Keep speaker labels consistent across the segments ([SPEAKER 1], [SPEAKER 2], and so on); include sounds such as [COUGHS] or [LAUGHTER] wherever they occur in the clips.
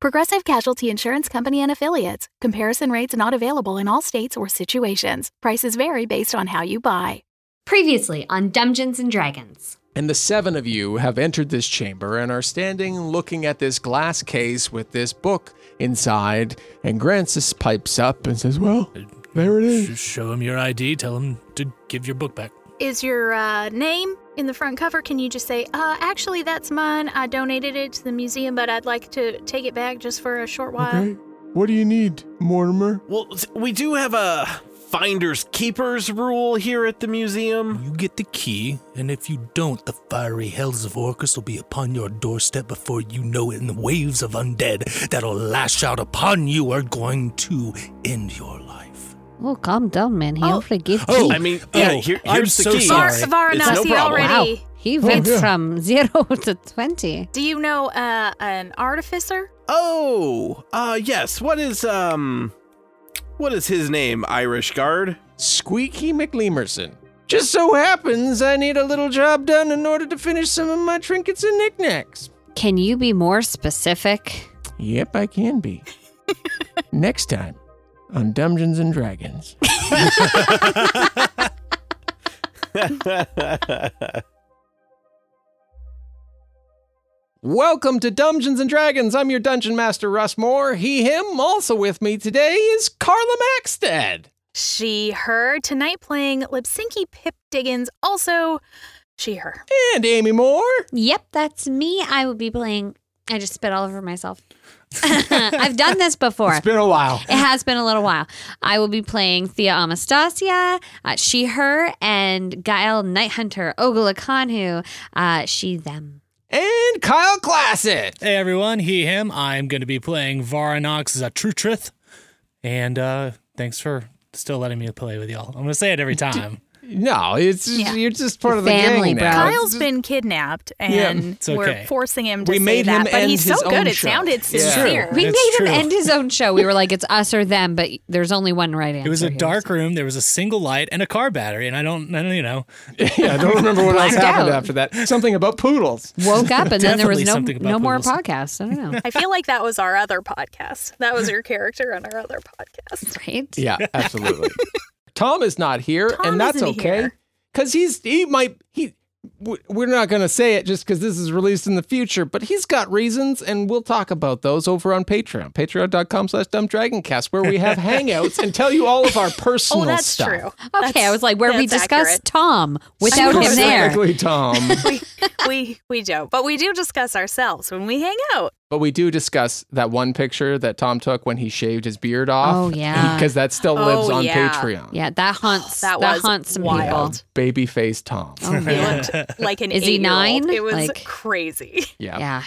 [SPEAKER 1] Progressive Casualty Insurance Company and Affiliates. Comparison rates not available in all states or situations. Prices vary based on how you buy.
[SPEAKER 2] Previously on Dungeons and Dragons.
[SPEAKER 3] And the seven of you have entered this chamber and are standing looking at this glass case with this book inside. And Grancis pipes up and says, Well, there it
[SPEAKER 4] Sh-
[SPEAKER 3] is.
[SPEAKER 4] Show him your ID. Tell him to give your book back.
[SPEAKER 5] is your uh, name in the front cover. Can you just say, uh, actually, that's mine. I donated it to the museum, but I'd like to take it back just for a short while.
[SPEAKER 3] Okay. What do you need, Mortimer?
[SPEAKER 6] Well, s- we do have a finders keepers rule here at the museum.
[SPEAKER 4] You get the key, and if you don't, the fiery hells of Orcus will be upon your doorstep before you know it, and the waves of undead that'll lash out upon you are going to end your life.
[SPEAKER 7] Oh, calm down, man. He
[SPEAKER 5] Oh.
[SPEAKER 7] only gave
[SPEAKER 4] Oh,
[SPEAKER 7] key.
[SPEAKER 6] I mean,
[SPEAKER 4] Oh,
[SPEAKER 6] yeah, here-
[SPEAKER 4] I'm
[SPEAKER 6] here's
[SPEAKER 4] so
[SPEAKER 6] the key.
[SPEAKER 4] sorry.
[SPEAKER 5] Var- Varanasi
[SPEAKER 6] It's no problem.
[SPEAKER 5] already.
[SPEAKER 7] wow. He went
[SPEAKER 3] yeah.
[SPEAKER 7] from [LAUGHS] zero to 20.
[SPEAKER 5] Do you know uh, an artificer?
[SPEAKER 6] Oh, uh, yes. What is um, what is his name? Irish guard.
[SPEAKER 3] Squeaky McLeamerson. Just so happens I need a little job done in order to finish some of my trinkets and knickknacks.
[SPEAKER 7] Can you be more specific?
[SPEAKER 3] Yep, I
[SPEAKER 7] [LAUGHS]
[SPEAKER 3] can be. Next time on Dungeons
[SPEAKER 7] [LAUGHS]
[SPEAKER 3] and Dragons. Welcome to Dungeons and Dragons. I'm your dungeon master, Russ Moore. He, him. Also with me today is Carla Maxted.
[SPEAKER 5] She, her, tonight playing Lipsinky Pip Diggins, also she, her.
[SPEAKER 3] And Amy Moore.
[SPEAKER 7] Yep, that's me. I will be playing. I just spit all over myself. I've done this before.
[SPEAKER 3] It's been a while.
[SPEAKER 7] It has been a little while. I will be playing Thea Amastasia, uh, she, her, and Gael Nighthunter, Ogula Kanhu, uh, she, them.
[SPEAKER 3] And Kyle Classett.
[SPEAKER 8] Hey everyone, he, him. I'm going to be playing Varanox Zatrutrith. And uh, thanks for still letting me play with y'all. I'm going to say it every time.
[SPEAKER 3] No, it's you're just part of the
[SPEAKER 7] Family,
[SPEAKER 3] gang
[SPEAKER 7] bro.
[SPEAKER 3] now.
[SPEAKER 5] Kyle's been kidnapped, and
[SPEAKER 8] it's
[SPEAKER 5] we're
[SPEAKER 8] okay.
[SPEAKER 5] forcing him to
[SPEAKER 3] We
[SPEAKER 5] say
[SPEAKER 3] made
[SPEAKER 5] that.
[SPEAKER 3] him
[SPEAKER 5] but
[SPEAKER 3] end
[SPEAKER 5] he's so
[SPEAKER 3] his own
[SPEAKER 5] good; it
[SPEAKER 3] show.
[SPEAKER 5] sounded
[SPEAKER 3] It's true.
[SPEAKER 5] sincere.
[SPEAKER 7] We
[SPEAKER 8] It's
[SPEAKER 7] made
[SPEAKER 8] true.
[SPEAKER 7] him end his own show. We were like, it's us or them, but there's only one right answer.
[SPEAKER 8] It was a
[SPEAKER 7] here.
[SPEAKER 8] dark room. There was a single light and a car battery. And I don't, I don't you know,
[SPEAKER 3] yeah, I don't remember what
[SPEAKER 7] [LAUGHS]
[SPEAKER 3] else
[SPEAKER 7] Blacked
[SPEAKER 3] happened
[SPEAKER 7] out.
[SPEAKER 3] after that. Something about poodles.
[SPEAKER 7] Woke up and then there was
[SPEAKER 8] Definitely
[SPEAKER 7] no
[SPEAKER 8] something about
[SPEAKER 7] no more
[SPEAKER 8] poodles.
[SPEAKER 7] podcasts. I
[SPEAKER 8] [LAUGHS]
[SPEAKER 7] don't know.
[SPEAKER 5] [LAUGHS] I feel like that was our other podcast. That was your character on our other podcast.
[SPEAKER 7] Right?
[SPEAKER 3] Yeah,
[SPEAKER 5] [LAUGHS]
[SPEAKER 3] absolutely. Tom is not here,
[SPEAKER 5] Tom
[SPEAKER 3] and that's
[SPEAKER 5] isn't
[SPEAKER 3] okay
[SPEAKER 5] here.
[SPEAKER 3] because he's he might he. w- We're not going to say it just because this is released in the future, but he's got reasons, and we'll talk about those over on Patreon, patreon.com slash dumbdragoncast, where
[SPEAKER 5] [LAUGHS]
[SPEAKER 3] we have hangouts and tell you all of our personal
[SPEAKER 5] Oh, that's
[SPEAKER 3] stuff.
[SPEAKER 5] true.
[SPEAKER 7] Okay, I was like, where we
[SPEAKER 5] that's
[SPEAKER 7] discussed
[SPEAKER 5] accurate.
[SPEAKER 7] Tom without him there.
[SPEAKER 3] Specifically Tom.
[SPEAKER 5] we, we we don't, but we do discuss ourselves when we hang out.
[SPEAKER 3] but we do discuss that one picture that Tom took when he shaved his beard off.
[SPEAKER 7] Oh, yeah.
[SPEAKER 3] Because that still lives
[SPEAKER 5] Oh,
[SPEAKER 3] on
[SPEAKER 5] yeah.
[SPEAKER 3] Patreon.
[SPEAKER 7] Yeah, that haunts
[SPEAKER 5] That
[SPEAKER 7] that,
[SPEAKER 5] was
[SPEAKER 7] haunts some
[SPEAKER 5] wild.
[SPEAKER 7] people.
[SPEAKER 3] Baby face Tom.
[SPEAKER 7] Oh
[SPEAKER 5] He
[SPEAKER 7] man.
[SPEAKER 3] [LAUGHS]
[SPEAKER 5] looked like an
[SPEAKER 7] Is he
[SPEAKER 5] eight-year-old.
[SPEAKER 7] nine?
[SPEAKER 5] It was
[SPEAKER 7] Like-
[SPEAKER 5] crazy.
[SPEAKER 3] Yeah.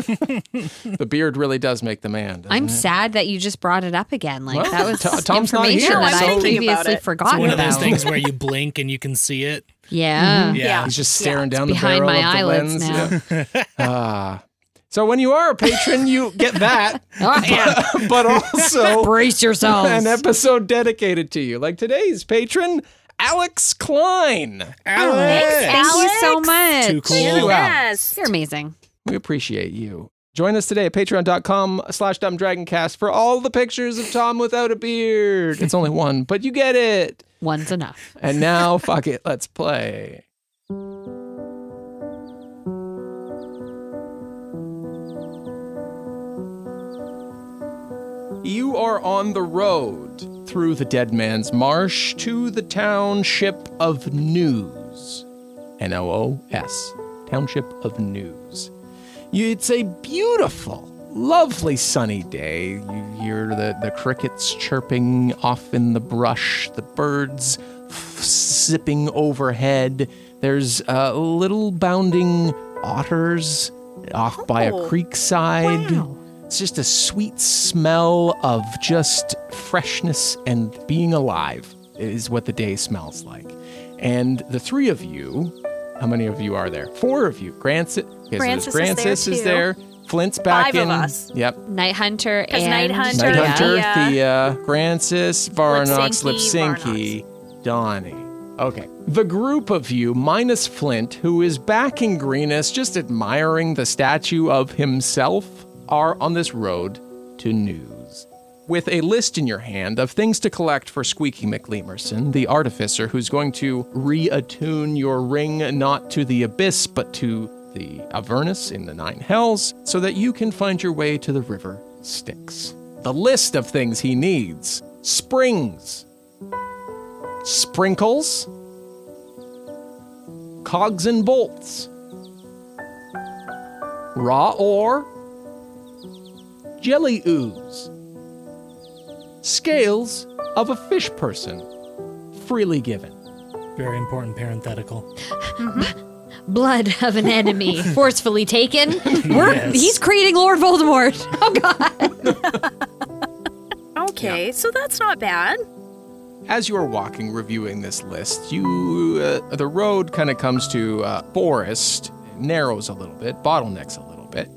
[SPEAKER 7] Yeah.
[SPEAKER 3] The beard really does make the man. doesn't
[SPEAKER 7] I'm
[SPEAKER 3] it?
[SPEAKER 7] sad that you just brought it up again. Like
[SPEAKER 3] Well,
[SPEAKER 7] that was
[SPEAKER 3] Tom- Tom's not
[SPEAKER 7] information
[SPEAKER 3] here,
[SPEAKER 7] that
[SPEAKER 5] so-
[SPEAKER 7] I
[SPEAKER 5] I'm thinking about
[SPEAKER 7] previously
[SPEAKER 5] it.
[SPEAKER 7] forgotten
[SPEAKER 8] it's one of
[SPEAKER 7] about.
[SPEAKER 8] those things Mm-hmm. where you blink and you can see it.
[SPEAKER 7] Yeah.
[SPEAKER 8] Yeah.
[SPEAKER 3] He's just staring down
[SPEAKER 7] behind
[SPEAKER 3] the barrel
[SPEAKER 7] my
[SPEAKER 3] of the
[SPEAKER 7] eyelids
[SPEAKER 3] lens.
[SPEAKER 7] now. [LAUGHS]
[SPEAKER 3] Yeah. Ah. so when you are a patron, you
[SPEAKER 7] [LAUGHS]
[SPEAKER 3] get that,
[SPEAKER 7] Oh, yeah.
[SPEAKER 3] but also
[SPEAKER 7] Brace
[SPEAKER 8] [LAUGHS]
[SPEAKER 7] yourselves.
[SPEAKER 3] an episode dedicated to you. Like today's patron, Alex Klein.
[SPEAKER 7] Thank you so much.
[SPEAKER 8] Too cool.
[SPEAKER 3] Wow.
[SPEAKER 5] Yes.
[SPEAKER 7] You're amazing.
[SPEAKER 3] We appreciate you. Join us today at patreon.com slash dumbdragoncast for all the pictures of Tom without a beard. It's only one, but you get it.
[SPEAKER 7] One's enough.
[SPEAKER 3] And now, fuck it, let's play. You are on the road through the Dead Man's Marsh to the township of News. N O O S. Township of News. You- It's a beautiful, lovely sunny day. You hear the, the crickets chirping off in the brush, the birds f- zipping overhead. There's uh, little bounding otters off by a creek side. It's just a sweet smell of just freshness and being alive is what the day smells like. And the three of you, how many of you are there? Four of you. Grancis, okay, so
[SPEAKER 5] Francis
[SPEAKER 3] there's
[SPEAKER 5] is there
[SPEAKER 3] Francis is
[SPEAKER 5] too.
[SPEAKER 3] there. Flint's back
[SPEAKER 5] Five
[SPEAKER 3] in.
[SPEAKER 5] of us.
[SPEAKER 3] Yep.
[SPEAKER 7] Night Hunter
[SPEAKER 5] 'Cause
[SPEAKER 7] and
[SPEAKER 5] Night Hunter-
[SPEAKER 3] Night
[SPEAKER 5] Thea.
[SPEAKER 3] Hunter, Thea, uh, Francis, Varanox,
[SPEAKER 5] Lipsinki,
[SPEAKER 3] Lipsinki, Donnie. Okay. The group of you, minus Flint, who is back in Greenus just admiring the statue of himself, are on this road to news. With a list in your hand of things to collect for Squeaky McLeamerson, the artificer who's going to reattune your ring not to the abyss but to the Avernus in the Nine Hells so that you can find your way to the river Styx the list of things he needs springs, sprinkles, cogs and bolts, raw ore, jelly ooze, scales of a fish person, freely given.
[SPEAKER 8] Very important parenthetical.
[SPEAKER 7] blood of an
[SPEAKER 5] [LAUGHS]
[SPEAKER 7] enemy forcefully taken. We're,
[SPEAKER 8] Yes.
[SPEAKER 7] He's creating Lord Voldemort. [LAUGHS] Oh God.
[SPEAKER 5] Okay, so that's not bad.
[SPEAKER 3] As you are walking, reviewing this list, you uh, the road kind of comes to uh, forest, narrows a little bit, bottlenecks a little bit,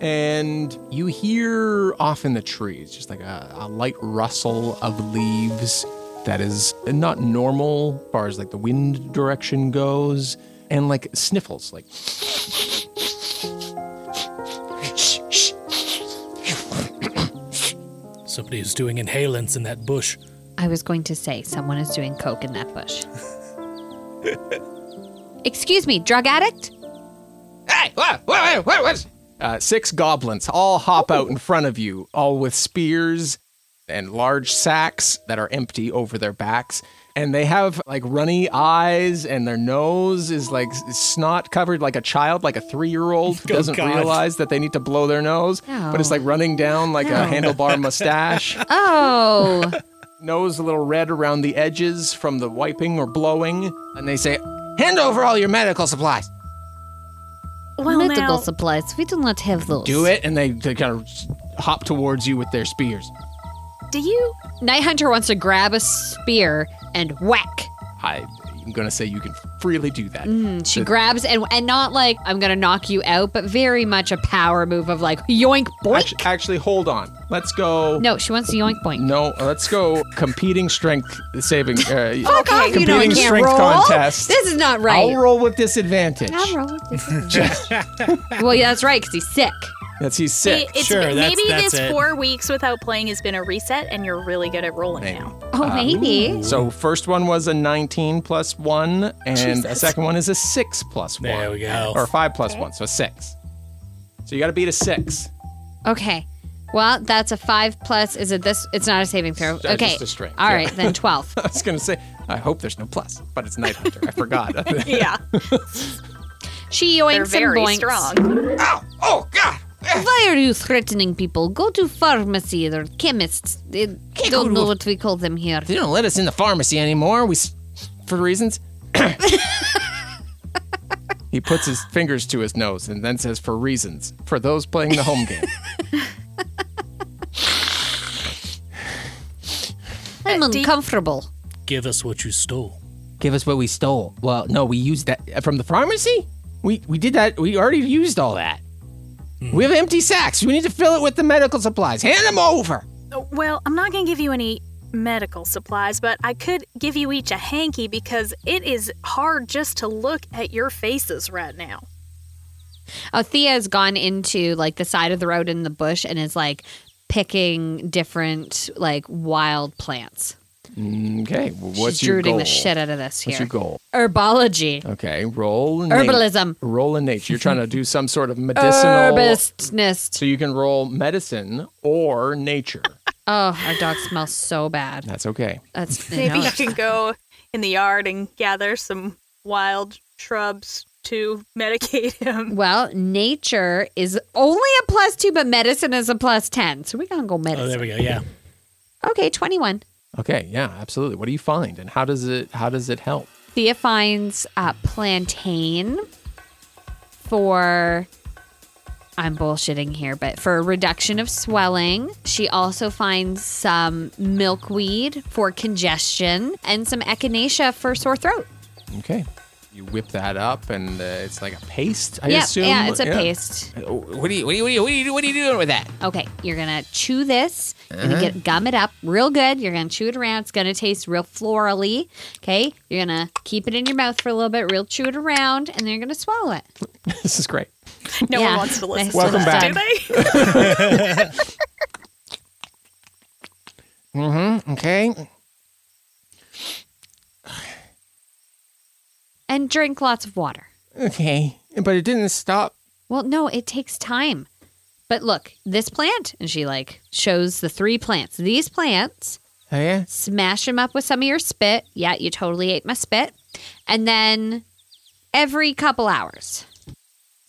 [SPEAKER 3] and you hear off in the trees just like a, a light rustle of leaves that is not normal as far as like the wind direction goes, and like sniffles, like
[SPEAKER 8] Somebody who's doing inhalants in that bush.
[SPEAKER 7] I was going to say someone is doing coke in that
[SPEAKER 5] [LAUGHS]
[SPEAKER 7] bush. Excuse me, drug addict?
[SPEAKER 3] Hey, what, what, what, what? Uh, six goblins all hop out in front of you, all with spears and large sacks that are empty over their backs. And they have like runny eyes, and their nose is like s- snot covered, like a child, like a three year old who
[SPEAKER 8] [LAUGHS] Oh,
[SPEAKER 3] doesn't
[SPEAKER 8] God.
[SPEAKER 3] realize that they need to blow their nose, but it's like running down like a
[SPEAKER 8] [LAUGHS]
[SPEAKER 3] handlebar mustache.
[SPEAKER 7] Oh,
[SPEAKER 3] nose a little red around the edges from the wiping or blowing. And they say, Hand over all your medical supplies.
[SPEAKER 5] [LAUGHS] Well, now,
[SPEAKER 7] medical supplies. We do not have those.
[SPEAKER 3] do it, and they, they kind of hop towards you with their spears.
[SPEAKER 5] do you?
[SPEAKER 7] Night Hunter wants to grab a spear and whack.
[SPEAKER 3] I, I'm going to say you can freely do that.
[SPEAKER 7] She grabs and and not like I'm gonna knock you out, but very much a power move of like yoink boink.
[SPEAKER 3] Actu- Actually, hold on. Let's go.
[SPEAKER 7] no, she wants to yoink boink.
[SPEAKER 3] No, let's go competing strength saving. Uh,
[SPEAKER 7] [LAUGHS] Fuck off, you know I
[SPEAKER 3] competing
[SPEAKER 7] can't
[SPEAKER 3] strength
[SPEAKER 7] roll.
[SPEAKER 3] contest.
[SPEAKER 7] This is not right.
[SPEAKER 3] I'll roll with disadvantage.
[SPEAKER 7] I'll roll with
[SPEAKER 3] [LAUGHS]
[SPEAKER 7] this. [LAUGHS] well, yeah, that's right, because he's sick.
[SPEAKER 3] That's he's sick.
[SPEAKER 5] It- it's,
[SPEAKER 8] Sure, that's-
[SPEAKER 5] maybe
[SPEAKER 8] that's
[SPEAKER 5] this
[SPEAKER 8] it.
[SPEAKER 5] four weeks without playing has been a reset, and you're really good at rolling now.
[SPEAKER 7] Oh,
[SPEAKER 3] Ah,
[SPEAKER 7] maybe.
[SPEAKER 3] So first one was a 19 plus one, and the second one is a six plus one.
[SPEAKER 8] There we go.
[SPEAKER 3] Or five plus one, so six. So you got to beat a six. [LAUGHS]
[SPEAKER 7] Okay. Well, that's a five plus. Is it this? It's not a saving throw.
[SPEAKER 3] Uh,
[SPEAKER 7] Okay.
[SPEAKER 3] just a strength,
[SPEAKER 7] All
[SPEAKER 3] yeah.
[SPEAKER 7] right, then
[SPEAKER 3] [LAUGHS]
[SPEAKER 7] twelve.
[SPEAKER 3] I was going to say, I hope there's no plus, but it's Night Hunter. I forgot.
[SPEAKER 5] [LAUGHS]
[SPEAKER 7] [LAUGHS]
[SPEAKER 5] Yeah,
[SPEAKER 7] She
[SPEAKER 5] they're
[SPEAKER 7] yoinks
[SPEAKER 5] very
[SPEAKER 7] and boinks.
[SPEAKER 5] strong.
[SPEAKER 3] Oh God!
[SPEAKER 7] Why are you threatening people? Go to pharmacy or chemists. I don't know what we call them here.
[SPEAKER 3] They don't let us in the pharmacy anymore. We, s- for [COUGHS] reasons. he puts his fingers to his nose and then says, "For reasons." For those playing the home game.
[SPEAKER 7] I'm
[SPEAKER 5] do you-
[SPEAKER 7] uncomfortable.
[SPEAKER 8] Give us what you stole.
[SPEAKER 3] [LAUGHS] Give us what we stole. Well, no, we used that uh, from the pharmacy. We we did that. We already used all that. We have empty sacks. We need to fill it with the medical supplies. Hand them over.
[SPEAKER 5] Well, I'm not gonna give you any medical supplies, but I could give you each a hanky because it is hard just to look at your faces right now.
[SPEAKER 7] Oh, Thea's gone into like the side of the road in the bush and is like picking different like wild plants.
[SPEAKER 3] Okay. well, what's
[SPEAKER 7] She's
[SPEAKER 3] your
[SPEAKER 7] rooting
[SPEAKER 3] goal?
[SPEAKER 7] the shit out of this here.
[SPEAKER 3] What's your goal?
[SPEAKER 7] Herbology.
[SPEAKER 3] Okay. Roll. a nat-
[SPEAKER 7] Herbalism.
[SPEAKER 3] Roll in nature. You're trying to do
[SPEAKER 7] [LAUGHS]
[SPEAKER 3] some sort of medicinal.
[SPEAKER 7] Herbistness.
[SPEAKER 3] So you can roll medicine or nature.
[SPEAKER 7] Oh, our dog smells so bad.
[SPEAKER 3] That's okay. [LAUGHS]
[SPEAKER 7] That's
[SPEAKER 5] Maybe
[SPEAKER 7] no.
[SPEAKER 5] you can go in the yard and gather some wild shrubs to medicate him. [LAUGHS]
[SPEAKER 7] [LAUGHS] Well, nature is only a plus two, but medicine is a plus ten. So we're gonna go
[SPEAKER 8] Oh, there
[SPEAKER 7] medicine.
[SPEAKER 8] we go. Yeah.
[SPEAKER 7] okay, twenty-one.
[SPEAKER 3] Okay, yeah, absolutely. What do you find and how does it how does it help?
[SPEAKER 7] Thea finds uh, plantain for I'm bullshitting here, but for reduction of swelling, she also finds some milkweed for congestion and some echinacea for sore throat.
[SPEAKER 3] Okay. You whip that up, and uh, it's like a paste, I
[SPEAKER 7] yeah,
[SPEAKER 3] assume.
[SPEAKER 7] yeah, it's a paste.
[SPEAKER 9] What are you? What are you? What are you? What are you, what are you doing with that?
[SPEAKER 7] Okay, you're gonna chew this. You're gonna get gum it up real good. You're gonna chew it around. It's gonna taste real florally. Okay, you're gonna keep it in your mouth for a little bit, real chew it around, and then you're gonna swallow it.
[SPEAKER 3] [LAUGHS] this is great.
[SPEAKER 5] No
[SPEAKER 7] Yeah.
[SPEAKER 5] one wants to listen
[SPEAKER 7] Nice
[SPEAKER 5] to
[SPEAKER 7] Welcome
[SPEAKER 5] that,
[SPEAKER 7] back.
[SPEAKER 5] do they?
[SPEAKER 3] Mm-hmm, Okay.
[SPEAKER 7] And drink lots of water.
[SPEAKER 3] Okay. But it didn't stop.
[SPEAKER 7] Well, no, it takes time. But look, this plant, and she like shows the three plants. These plants,
[SPEAKER 3] Oh, yeah.
[SPEAKER 7] smash them up with some of your spit. Yeah, you totally ate my spit. And then every couple hours.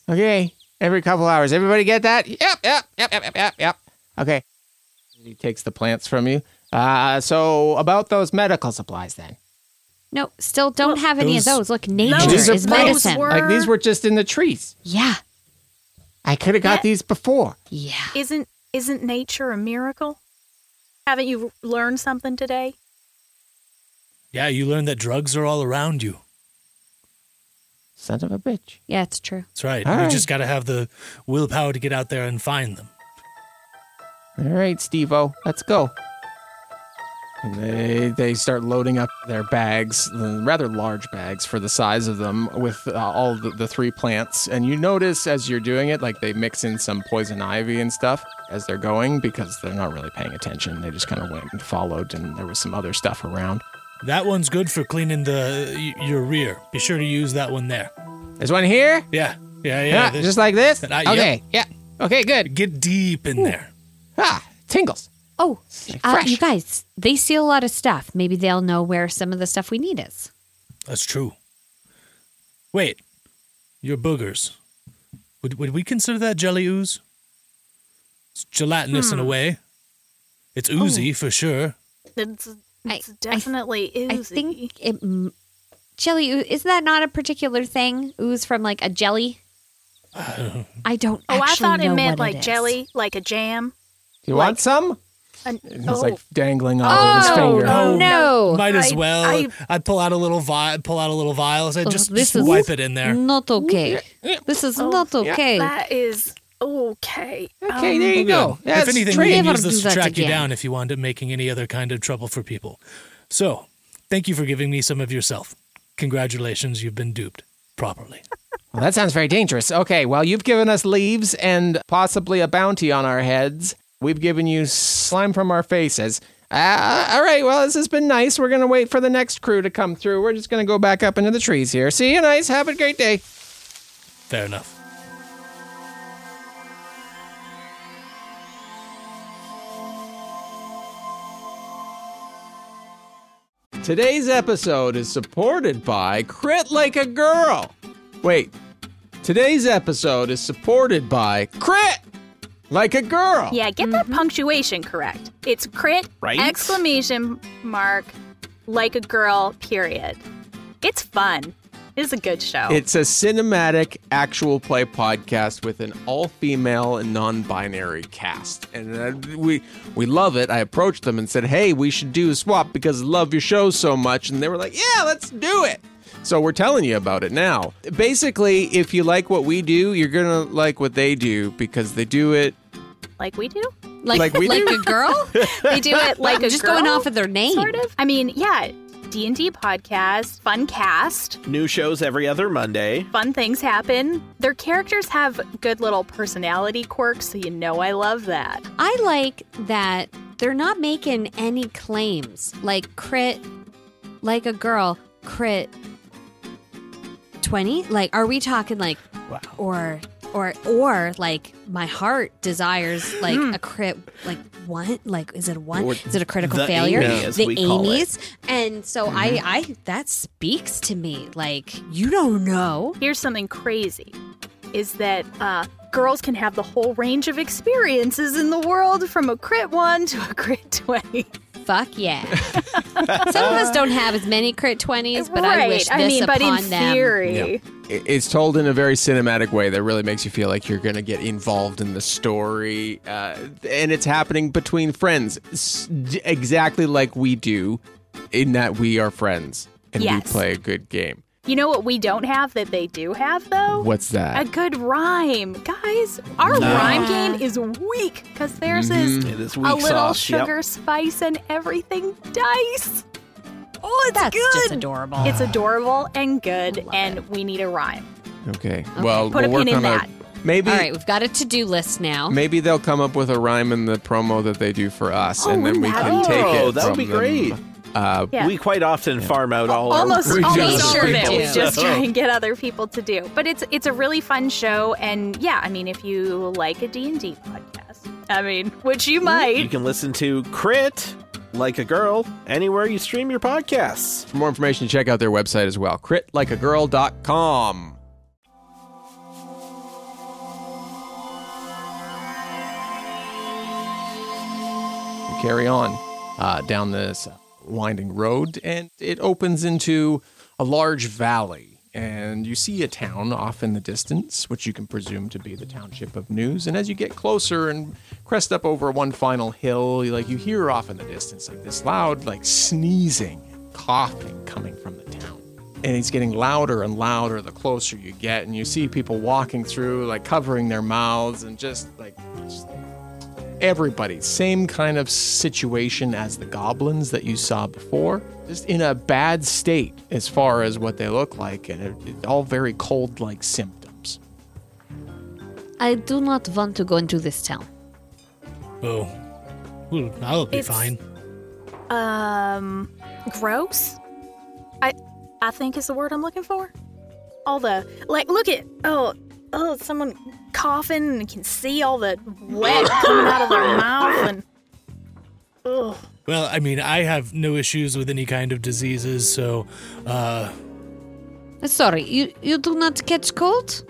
[SPEAKER 3] Okay. Every couple hours. Everybody get that? Yep, yep, yep, yep, yep, yep, yep. Okay. He takes the plants from you. Uh, so about those medical supplies then.
[SPEAKER 7] No, still don't have any of
[SPEAKER 8] those-
[SPEAKER 7] those. Look, nature
[SPEAKER 3] These are
[SPEAKER 7] is
[SPEAKER 3] those
[SPEAKER 7] medicine.
[SPEAKER 5] were-
[SPEAKER 3] Like these were just in the trees.
[SPEAKER 7] Yeah,
[SPEAKER 3] I could have got these before.
[SPEAKER 7] yeah.
[SPEAKER 5] Isn't isn't nature a miracle? Haven't you learned something today?
[SPEAKER 8] Yeah, you learn that drugs are all around you.
[SPEAKER 3] Son of a bitch.
[SPEAKER 7] Yeah, it's true.
[SPEAKER 8] That's right.
[SPEAKER 3] All
[SPEAKER 8] You
[SPEAKER 3] right.
[SPEAKER 8] just got to have the willpower to get out there and find them.
[SPEAKER 3] All right, Steve-O, let's go. And they they start loading up their bags, the rather large bags for the size of them, with uh, all the, the three plants. And you notice as you're doing it, like they mix in some poison ivy and stuff as they're going because they're not really paying attention. They just kind of went and followed, and there was some other stuff around.
[SPEAKER 8] That one's good for cleaning the y- your rear. Be sure to use that one there.
[SPEAKER 3] There's one here,
[SPEAKER 8] Yeah, yeah, yeah.
[SPEAKER 3] yeah,
[SPEAKER 8] this-
[SPEAKER 3] just like this.
[SPEAKER 8] Uh, yep.
[SPEAKER 3] okay, yeah, okay, good.
[SPEAKER 8] get deep in there.
[SPEAKER 3] Ah, tingles.
[SPEAKER 7] Oh,
[SPEAKER 3] like
[SPEAKER 7] uh,
[SPEAKER 3] fresh.
[SPEAKER 7] you guys, they steal a lot of stuff. Maybe they'll know where some of the stuff we need is.
[SPEAKER 8] That's true. Wait, your boogers. Would would we consider that jelly ooze? It's gelatinous in a way. It's oozy for sure.
[SPEAKER 5] It's,
[SPEAKER 7] I-
[SPEAKER 5] it's
[SPEAKER 7] I-
[SPEAKER 5] definitely oozy.
[SPEAKER 7] I think it. m- Jelly oo is that not a particular thing? Ooze from like a
[SPEAKER 5] [LAUGHS]
[SPEAKER 7] jelly? I don't.
[SPEAKER 5] oh, I
[SPEAKER 7] actually
[SPEAKER 5] thought it
[SPEAKER 7] know
[SPEAKER 5] meant
[SPEAKER 7] what
[SPEAKER 5] like
[SPEAKER 7] is.
[SPEAKER 5] jelly, like a jam.
[SPEAKER 3] You want some?
[SPEAKER 5] An,
[SPEAKER 3] It's
[SPEAKER 5] oh,
[SPEAKER 3] like dangling off of his
[SPEAKER 7] Oh
[SPEAKER 3] finger.
[SPEAKER 7] no!
[SPEAKER 8] Oh, Might as
[SPEAKER 5] I-
[SPEAKER 8] well. I,
[SPEAKER 5] I-
[SPEAKER 8] would pull out a little vial. Pull out a little vial. I
[SPEAKER 7] Oh,
[SPEAKER 8] would just, just wipe it in there.
[SPEAKER 7] Not okay. This is not okay.
[SPEAKER 5] oh, that is okay.
[SPEAKER 3] Okay,
[SPEAKER 5] Um,
[SPEAKER 3] there you go. That's
[SPEAKER 8] if anything,
[SPEAKER 3] trade.
[SPEAKER 8] we can
[SPEAKER 7] Never
[SPEAKER 8] use this
[SPEAKER 7] do
[SPEAKER 8] to
[SPEAKER 7] that
[SPEAKER 8] track you
[SPEAKER 7] again.
[SPEAKER 8] down if you wind up making any other kind of trouble for people. So, thank you for giving me some of yourself. Congratulations, you've been duped properly.
[SPEAKER 3] Well, that sounds very dangerous. Okay, well, you've given us leaves and possibly a bounty on our heads. We've given you slime from our faces. Uh, all right, well, this has been nice. We're going to wait for the next crew to come through. We're just going to go back up into the trees here. See you, nice. Have a great day.
[SPEAKER 8] Fair enough.
[SPEAKER 3] Today's episode is supported by Crit Like a Girl. Wait, today's episode is supported by Crit Like a Girl.
[SPEAKER 5] Yeah, get that
[SPEAKER 7] Mm-hmm.
[SPEAKER 5] punctuation correct. It's crit
[SPEAKER 6] Right?
[SPEAKER 5] exclamation mark like a girl period. It's fun. It's a good show.
[SPEAKER 3] It's a cinematic actual play podcast with an all-female and non-binary cast, and uh, we we love it. I approached them and said, "Hey, we should do a swap because I love your show so much," and they were like, "Yeah, let's do it." So we're telling you about it now. Basically, if you like what we do, you're gonna like what they do because they do it.
[SPEAKER 5] like we do.
[SPEAKER 3] [LAUGHS]
[SPEAKER 7] like
[SPEAKER 3] Like
[SPEAKER 7] like,
[SPEAKER 3] we do?
[SPEAKER 7] a girl.
[SPEAKER 5] They [LAUGHS] do it like a
[SPEAKER 7] just
[SPEAKER 5] girl,
[SPEAKER 7] going off of their name.
[SPEAKER 5] sort of. I mean, yeah, D and D podcast, fun cast,
[SPEAKER 6] New shows every other Monday.
[SPEAKER 5] fun things happen. Their characters have good little personality quirks, so you know I love that.
[SPEAKER 7] I like that they're not making any claims like crit, like a girl crit twenty. Like, are we talking like or or or like my heart desires like
[SPEAKER 5] Hmm.
[SPEAKER 7] a crit like one like is it a one
[SPEAKER 6] Or
[SPEAKER 7] is it a critical
[SPEAKER 6] the
[SPEAKER 7] failure
[SPEAKER 6] Amy, as
[SPEAKER 7] the
[SPEAKER 6] we call it. Mm-hmm.
[SPEAKER 7] Amy's and so I I that speaks to me like you don't know
[SPEAKER 5] Here's something crazy is that uh, girls can have the whole range of experiences in the world from a crit 1 to a [LAUGHS] crit 20.
[SPEAKER 7] Fuck
[SPEAKER 6] [LAUGHS]
[SPEAKER 7] yeah. Some of us don't have as many crit 20s, but I wish this
[SPEAKER 5] mean,
[SPEAKER 7] upon
[SPEAKER 5] but in
[SPEAKER 7] them.
[SPEAKER 5] theory.
[SPEAKER 3] it- it's told in a very cinematic way that really makes you feel like you're going to get involved in the story. Uh, and it's happening between friends, s- d- exactly like we do, in that we are friends and we
[SPEAKER 5] Yes.
[SPEAKER 3] play a good game.
[SPEAKER 5] You know what we don't have that they do have, though?
[SPEAKER 3] What's
[SPEAKER 5] A
[SPEAKER 3] that?
[SPEAKER 5] good rhyme. Guys, our rhyme game is weak because theirs
[SPEAKER 3] Mm-hmm.
[SPEAKER 5] is
[SPEAKER 6] It is
[SPEAKER 5] a
[SPEAKER 6] weak
[SPEAKER 5] little
[SPEAKER 6] sauce. Yep.
[SPEAKER 5] sugar, spice, and everything dice. Oh, it's
[SPEAKER 7] That's
[SPEAKER 5] good.
[SPEAKER 7] just adorable.
[SPEAKER 5] It's adorable and good, and we need a rhyme.
[SPEAKER 3] Okay. Well,
[SPEAKER 5] Put a
[SPEAKER 3] we'll
[SPEAKER 5] pin
[SPEAKER 3] work
[SPEAKER 5] in
[SPEAKER 3] on
[SPEAKER 5] that.
[SPEAKER 3] a maybe.
[SPEAKER 7] All right, we've got a to-do list now.
[SPEAKER 3] Maybe they'll come up with a rhyme in the promo that they do for
[SPEAKER 5] Oh,
[SPEAKER 3] us, and then we
[SPEAKER 5] wouldn't that be
[SPEAKER 3] can take
[SPEAKER 6] great?
[SPEAKER 3] it.
[SPEAKER 6] Oh, that would
[SPEAKER 3] from
[SPEAKER 6] be
[SPEAKER 3] them.
[SPEAKER 6] great.
[SPEAKER 3] Uh,
[SPEAKER 5] Yeah.
[SPEAKER 6] We quite often farm out all
[SPEAKER 5] almost
[SPEAKER 6] our
[SPEAKER 5] almost all of it.
[SPEAKER 7] do.
[SPEAKER 5] We just
[SPEAKER 6] So-
[SPEAKER 5] try and get other people to do. But it's it's a really fun show, and yeah, I mean, if you like a D and D podcast, I mean, which you
[SPEAKER 6] You
[SPEAKER 5] might.
[SPEAKER 6] can listen to Crit like a girl anywhere you stream your podcasts.
[SPEAKER 3] For more information, check out their website as well, critlikeagirl.com. We carry on uh, down this winding road, and it opens into a large valley. And you see a town off in the distance, which you can presume to be the township of News. And as you get closer and crest up over one final hill, you- like you hear off in the distance, like this loud, like sneezing, coughing coming from the town. And it's getting louder and louder the closer you get. And you see people walking through, like covering their mouths and just like just everybody same kind of situation as the goblins that you saw before just in a bad state as far as what they look like and it, it- all very cold like symptoms
[SPEAKER 7] I do not want to go into this town.
[SPEAKER 8] Oh, well, I'll be
[SPEAKER 5] It's-
[SPEAKER 8] fine.
[SPEAKER 5] Um, gross. I I think is the word I'm looking for. All the like, look at oh oh someone coughing and you can see all the wet coming out of their mouth and ugh.
[SPEAKER 8] Well, I mean, I have no issues with any kind of diseases, so uh,
[SPEAKER 7] Uh, Sorry, you you do not catch cold?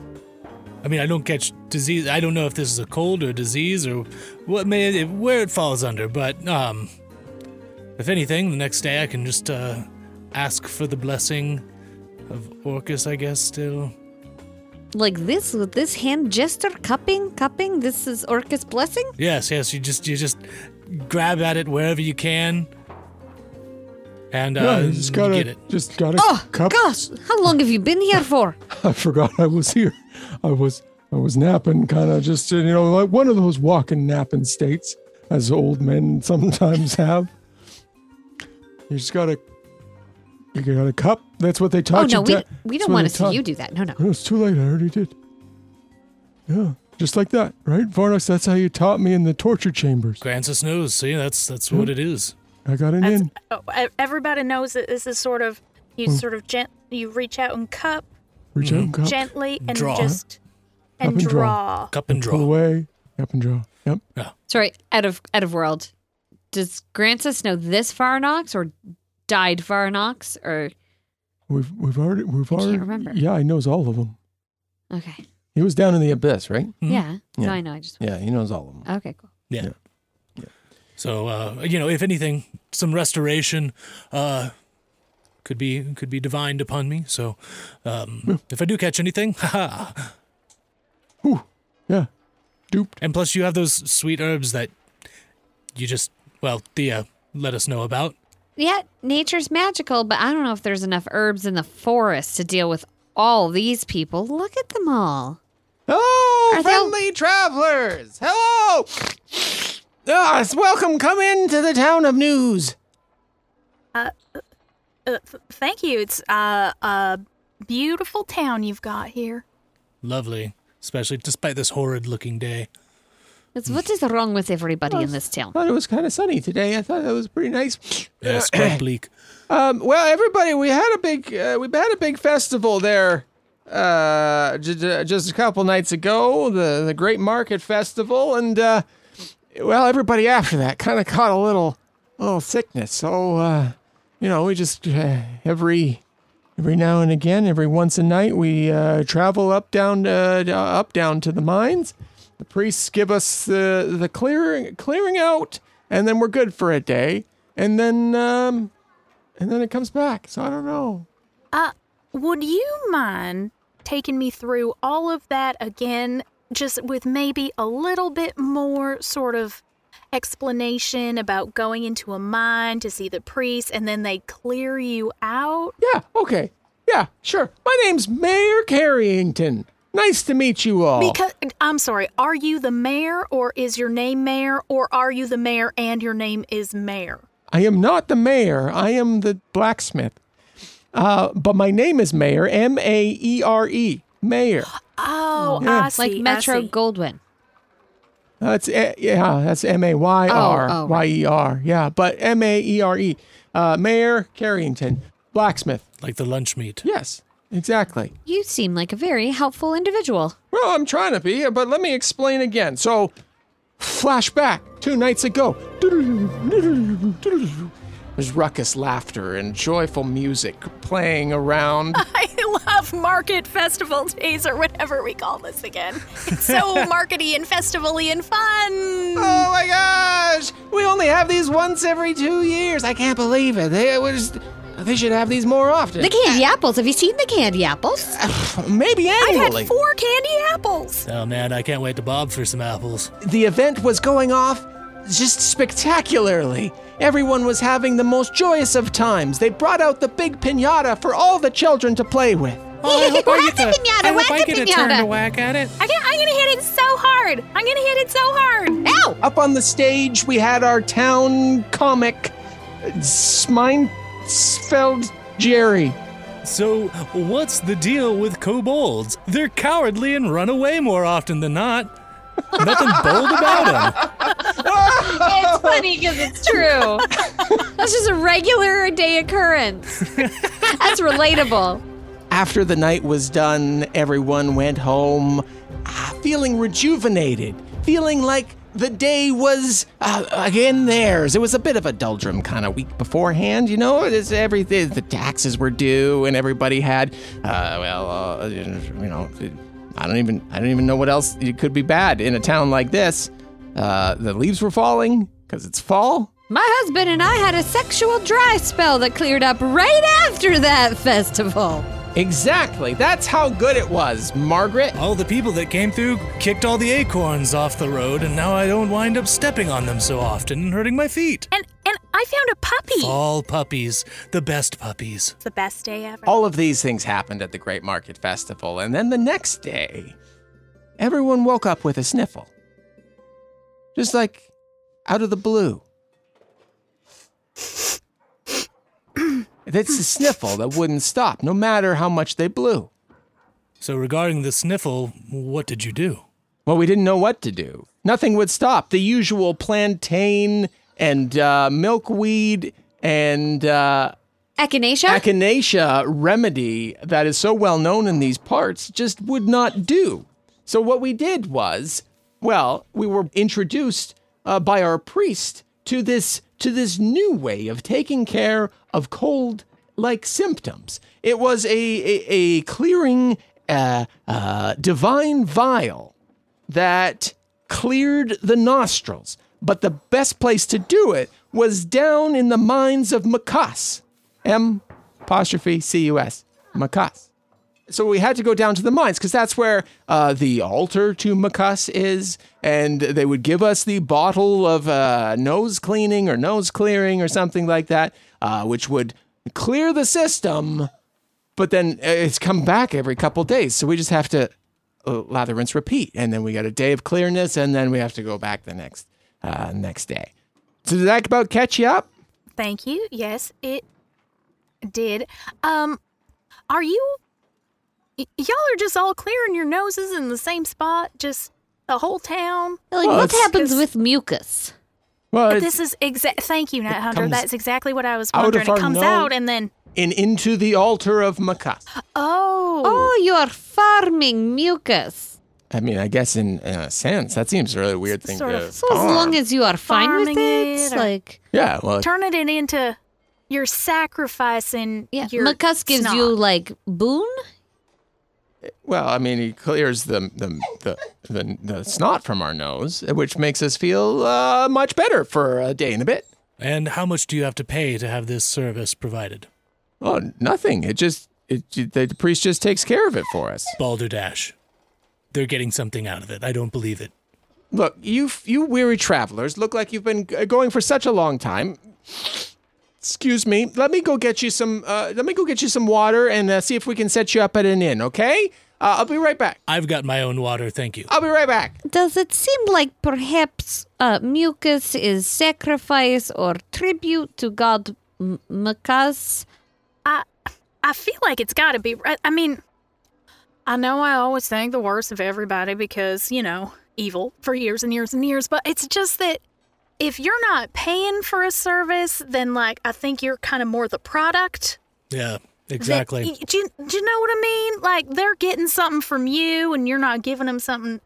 [SPEAKER 8] I mean, I don't catch disease. I don't know if this is a cold or disease or what may it, where it falls under. But um, if anything, the next day I can just uh, ask for the blessing of Orcus, I guess. Still,
[SPEAKER 7] Like this with this hand gesture, cupping, cupping. This is Orcus blessing.
[SPEAKER 8] yes, yes. You just you just grab at it wherever you can, and uh,
[SPEAKER 10] I just gotta,
[SPEAKER 8] get it.
[SPEAKER 10] just gotta
[SPEAKER 7] Oh
[SPEAKER 10] cup.
[SPEAKER 7] gosh, how long have you been here for?
[SPEAKER 10] I forgot I was here. I was, I was napping, kind of just you know, like one of those walking napping states, as old men [LAUGHS] sometimes have. You just gotta, you gotta cup. That's what they
[SPEAKER 7] Oh
[SPEAKER 10] taught you.
[SPEAKER 7] no, we
[SPEAKER 10] da-
[SPEAKER 7] we
[SPEAKER 10] that's
[SPEAKER 7] don't
[SPEAKER 10] what
[SPEAKER 7] want
[SPEAKER 10] they
[SPEAKER 7] to see
[SPEAKER 10] taught-
[SPEAKER 7] you do that. No, no.
[SPEAKER 10] No, it's too late. I already did. Yeah, just like that, right, Varnox? That's how you taught me in the torture chambers.
[SPEAKER 8] Grants us news. See, that's that's what it is.
[SPEAKER 10] I got an
[SPEAKER 5] That's,
[SPEAKER 10] in.
[SPEAKER 5] oh, e- everybody knows that this is sort of you sort of gent you reach out and cup
[SPEAKER 10] Reach out and Hmm. cup.
[SPEAKER 5] gently and
[SPEAKER 8] Draw.
[SPEAKER 5] just and,
[SPEAKER 10] and draw.
[SPEAKER 5] draw.
[SPEAKER 8] Cup and
[SPEAKER 10] Pull
[SPEAKER 8] draw.
[SPEAKER 10] away. Up and draw. Yep.
[SPEAKER 7] Sorry, out of out of world. Does Grancis know this Varnox or died Varnox or
[SPEAKER 10] We've we've already we've
[SPEAKER 7] I can't
[SPEAKER 10] already
[SPEAKER 7] remember.
[SPEAKER 10] Yeah, he knows all of them.
[SPEAKER 7] okay?
[SPEAKER 3] he was down in the abyss right
[SPEAKER 7] Yeah.
[SPEAKER 3] Yeah.
[SPEAKER 7] No, I know. I just
[SPEAKER 3] yeah he knows all of them
[SPEAKER 7] okay, cool.
[SPEAKER 8] Yeah. So uh, you know, if anything, some restoration uh, could be could be divined upon me. So um, if I do catch anything, [LAUGHS] haha.
[SPEAKER 10] Yeah. Duped.
[SPEAKER 8] And plus, you have those sweet herbs that you just well, Thea let us know about.
[SPEAKER 7] Yeah, nature's magical, but I don't know if there's enough herbs in the forest to deal with all these people. Look at them all.
[SPEAKER 3] oh
[SPEAKER 7] Are they all-
[SPEAKER 3] friendly travelers hello ah, it's welcome come into the town of news
[SPEAKER 5] Uh, th- thank you. It's uh, a beautiful town you've got here.
[SPEAKER 8] Lovely, especially despite this horrid-looking day.
[SPEAKER 7] It's what is wrong with everybody in this town?
[SPEAKER 3] thought it was kind of sunny today i thought it was pretty nice
[SPEAKER 8] Yeah, it's quite bleak.
[SPEAKER 3] Um, well, everybody, we had a big uh, we had a big festival there uh, j- j- just a couple nights ago, the the Great Market Festival, and uh, well, everybody after that kind of caught a little little sickness. So uh, you know, we just uh, every every now and again, every once a night, we uh, travel up down uh, d- up down to the mines. The priests give us the the clearing clearing out, and then we're good for a day, and then. Um, and then it comes back. So I don't know.
[SPEAKER 5] Would you mind taken me through all of that again, just with maybe a little bit more sort of explanation about going into a mine to see the priest and then they clear you out.
[SPEAKER 3] Yeah, okay. Yeah, sure. My name's Mayor Carrington. Nice to meet you all.
[SPEAKER 10] Oh.
[SPEAKER 5] Because I'm sorry, are you the mayor or is your name mayor or are you the mayor and your name is mayor?
[SPEAKER 3] I am not the mayor. I am the blacksmith. Uh, but my name is Mayor, M A E R E, Mayor.
[SPEAKER 5] Oh,
[SPEAKER 3] Yeah.
[SPEAKER 5] I see.
[SPEAKER 7] like Metro
[SPEAKER 5] I see.
[SPEAKER 7] Goldwyn.
[SPEAKER 3] That's eh, yeah, that's M A Y
[SPEAKER 7] Oh,
[SPEAKER 3] R
[SPEAKER 7] oh,
[SPEAKER 3] Y
[SPEAKER 7] right.
[SPEAKER 3] E R. Yeah, but M A E R E. Uh, Mayor Carrington, blacksmith.
[SPEAKER 8] Like the lunch meat.
[SPEAKER 3] Yes, exactly.
[SPEAKER 7] You seem like a very helpful individual.
[SPEAKER 3] Well, I'm trying to be, but let me explain again. So, flashback two nights ago. There's ruckus laughter and joyful music playing around.
[SPEAKER 5] [LAUGHS] I love Market Festival Days or whatever we call this again. It's so markety and festivally and fun.
[SPEAKER 3] Oh my gosh! We only have these once every two years. I can't believe it. They were just, uh, they should have these more often.
[SPEAKER 7] The candy apples. Have you seen the candy apples?
[SPEAKER 3] Maybe
[SPEAKER 5] I've
[SPEAKER 3] annually.
[SPEAKER 5] had four candy apples.
[SPEAKER 8] Oh man, I can't wait to bob for some apples.
[SPEAKER 3] the event was going off just spectacularly. Everyone was having the most joyous of times. They brought out the big pinata for all the children to play with.
[SPEAKER 8] Oh, I hope I
[SPEAKER 7] Whack
[SPEAKER 8] get
[SPEAKER 7] the
[SPEAKER 8] to,
[SPEAKER 7] pinata,
[SPEAKER 8] I hope
[SPEAKER 7] whack
[SPEAKER 8] I
[SPEAKER 7] the
[SPEAKER 8] get a turn to
[SPEAKER 7] pinata.
[SPEAKER 8] whack at it.
[SPEAKER 5] I am gonna hit it so hard. I'm gonna hit it so hard.
[SPEAKER 7] Ow!
[SPEAKER 3] [LAUGHS] Up on the stage, we had our town comic, Sminesfeld Jerry.
[SPEAKER 8] So, what's the deal with kobolds? They're cowardly and run away more often than not. Nothing bold about them.
[SPEAKER 7] It's funny because it's true. [LAUGHS] That's just a regular day
[SPEAKER 3] [LAUGHS]
[SPEAKER 7] occurrence. That's relatable.
[SPEAKER 3] After the night was done, everyone went home ah, feeling rejuvenated, feeling like the day was uh, again theirs. It was a bit of a doldrum kind of week beforehand, you know. It's everything. The taxes were due, and everybody had, uh, well, uh, you know, I don't even, I don't even know what else it could be bad in a town like this. Uh, the leaves were falling because it's fall.
[SPEAKER 7] My husband and I had a sexual dry spell that cleared up right after that festival.
[SPEAKER 3] Exactly. That's how good it was, Margaret.
[SPEAKER 8] All the people that came through kicked all the acorns off the road, and now I don't wind up stepping on them so often and hurting my feet.
[SPEAKER 5] And and I found a puppy.
[SPEAKER 8] All puppies, the best puppies.
[SPEAKER 5] It's the best day ever.
[SPEAKER 3] All of these things happened at the Great Market Festival, and then the next day, everyone woke up with a sniffle. Just like out of the blue. It's a sniffle that wouldn't stop, no matter how much they blew.
[SPEAKER 8] So, regarding the sniffle, what did you do?
[SPEAKER 3] Well, we didn't know what to do. Nothing would stop. The usual plantain and uh, milkweed and uh,
[SPEAKER 7] Echinacea?
[SPEAKER 3] echinacea remedy that is so well known in these parts just would not do. So what we did was, well, we were introduced uh, by our priest to this to this new way of taking care of cold like symptoms. It was a a, a clearing uh, uh, divine vial that cleared the nostrils. But the best place to do it was down in the mines of Makas. M apostrophe C U S. Makas. So we had to go down to the mines because that's where uh, the altar to Makas is. And they would give us the bottle of uh, nose cleaning or nose clearing or something like that, uh, which would clear the system. But then uh, it's come back every couple days. So we just have to uh, lather, rinse, repeat. And then we got a day of clearness. And then we have to go back the next uh, next day. So did that about catch you up?
[SPEAKER 5] Thank you. Yes, it did. Um, are you? Y- y'all are just all clearing your noses in the same spot. Just the whole town.
[SPEAKER 7] Like,
[SPEAKER 3] Well,
[SPEAKER 7] what
[SPEAKER 3] it's-
[SPEAKER 7] happens with mucus?
[SPEAKER 3] Well,
[SPEAKER 5] this is exact. Thank you, Nat Hunter.
[SPEAKER 3] comes
[SPEAKER 5] That's exactly what I was
[SPEAKER 3] out
[SPEAKER 5] wondering.
[SPEAKER 3] of our
[SPEAKER 5] It comes
[SPEAKER 3] nose.
[SPEAKER 5] out and then
[SPEAKER 3] and into the altar of Makas.
[SPEAKER 5] oh,
[SPEAKER 7] Oh, you're farming mucus.
[SPEAKER 3] I mean, I guess in, in a sense, that seems a really weird thing
[SPEAKER 5] Sort
[SPEAKER 3] to.
[SPEAKER 5] of.
[SPEAKER 7] So as long as you are fine with
[SPEAKER 5] Farming
[SPEAKER 7] it, it's
[SPEAKER 5] it or-
[SPEAKER 7] like
[SPEAKER 3] yeah, well,
[SPEAKER 5] turning it into you're sacrificing.
[SPEAKER 7] yeah,
[SPEAKER 5] your
[SPEAKER 7] mucus gives
[SPEAKER 5] snot.
[SPEAKER 7] you like boon.
[SPEAKER 3] well, I mean, he clears the the, the the the snot from our nose, which makes us feel uh, much better for a day and a bit.
[SPEAKER 8] And how much do you have to pay to have this service provided?
[SPEAKER 3] Oh, nothing. It just It, the priest just takes care of it for us.
[SPEAKER 8] Balderdash. They're getting something out of it. I don't believe it.
[SPEAKER 3] Look, you you weary travelers look like you've been g- uh, going for such a long time. Excuse me. Let me go get you some. Uh, let me go get you some water and uh, see if we can set you up at an inn. Okay? Uh, I'll be right back.
[SPEAKER 8] I've got my own water, thank you.
[SPEAKER 3] I'll be right back.
[SPEAKER 7] Does it seem like perhaps uh, mucus is sacrifice or tribute to God M- Mucus?
[SPEAKER 5] I I feel like it's got to be. I, I mean, I know I always think the worst of everybody because you know evil for years and years and years, but it's just that if you're not paying for a service, then like I think you're kind of more the product.
[SPEAKER 8] Yeah,
[SPEAKER 5] that-
[SPEAKER 8] exactly.
[SPEAKER 5] y- do, you, do you know what I mean? Like they're getting something from you, and you're not giving them something.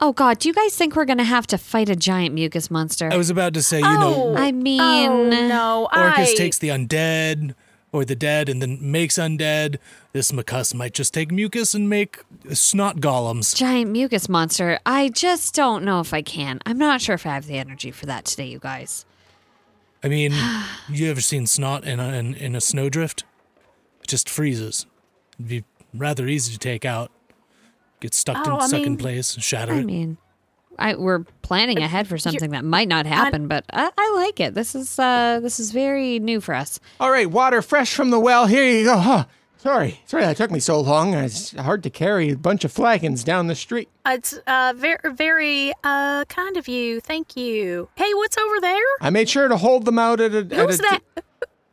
[SPEAKER 7] Oh God, do you guys think we're gonna have to fight a giant mucus monster?
[SPEAKER 8] I was about to say, you
[SPEAKER 5] Oh,
[SPEAKER 8] know,
[SPEAKER 7] I mean,
[SPEAKER 5] Oh no,
[SPEAKER 8] Orcus
[SPEAKER 5] I
[SPEAKER 8] takes the undead or the dead and then makes undead. This Macus might just take mucus and make snot golems.
[SPEAKER 7] giant mucus monster. I just don't know if I can. I'm not sure if I have the energy for that today, you guys.
[SPEAKER 8] I mean, you ever seen snot in a, in, in a snowdrift? It just freezes. It'd be rather easy to take out. Get stuck
[SPEAKER 5] Oh,
[SPEAKER 8] in,
[SPEAKER 5] I
[SPEAKER 8] stuck in
[SPEAKER 5] mean-
[SPEAKER 8] place, and shatter
[SPEAKER 7] I
[SPEAKER 8] it.
[SPEAKER 7] mean, I we're planning ahead for something that might not happen, but I, I like it. This is uh, this is very new for us.
[SPEAKER 3] All right, water fresh from the well. Here you go. Huh. Sorry, sorry that took me so long. Uh, It's hard to carry a bunch of flagons down the street.
[SPEAKER 5] It's uh, very, very uh, kind of you. Thank you. Hey, what's over there?
[SPEAKER 3] I made sure to hold them out at a. at
[SPEAKER 5] Who's
[SPEAKER 3] a-
[SPEAKER 5] that? Uh,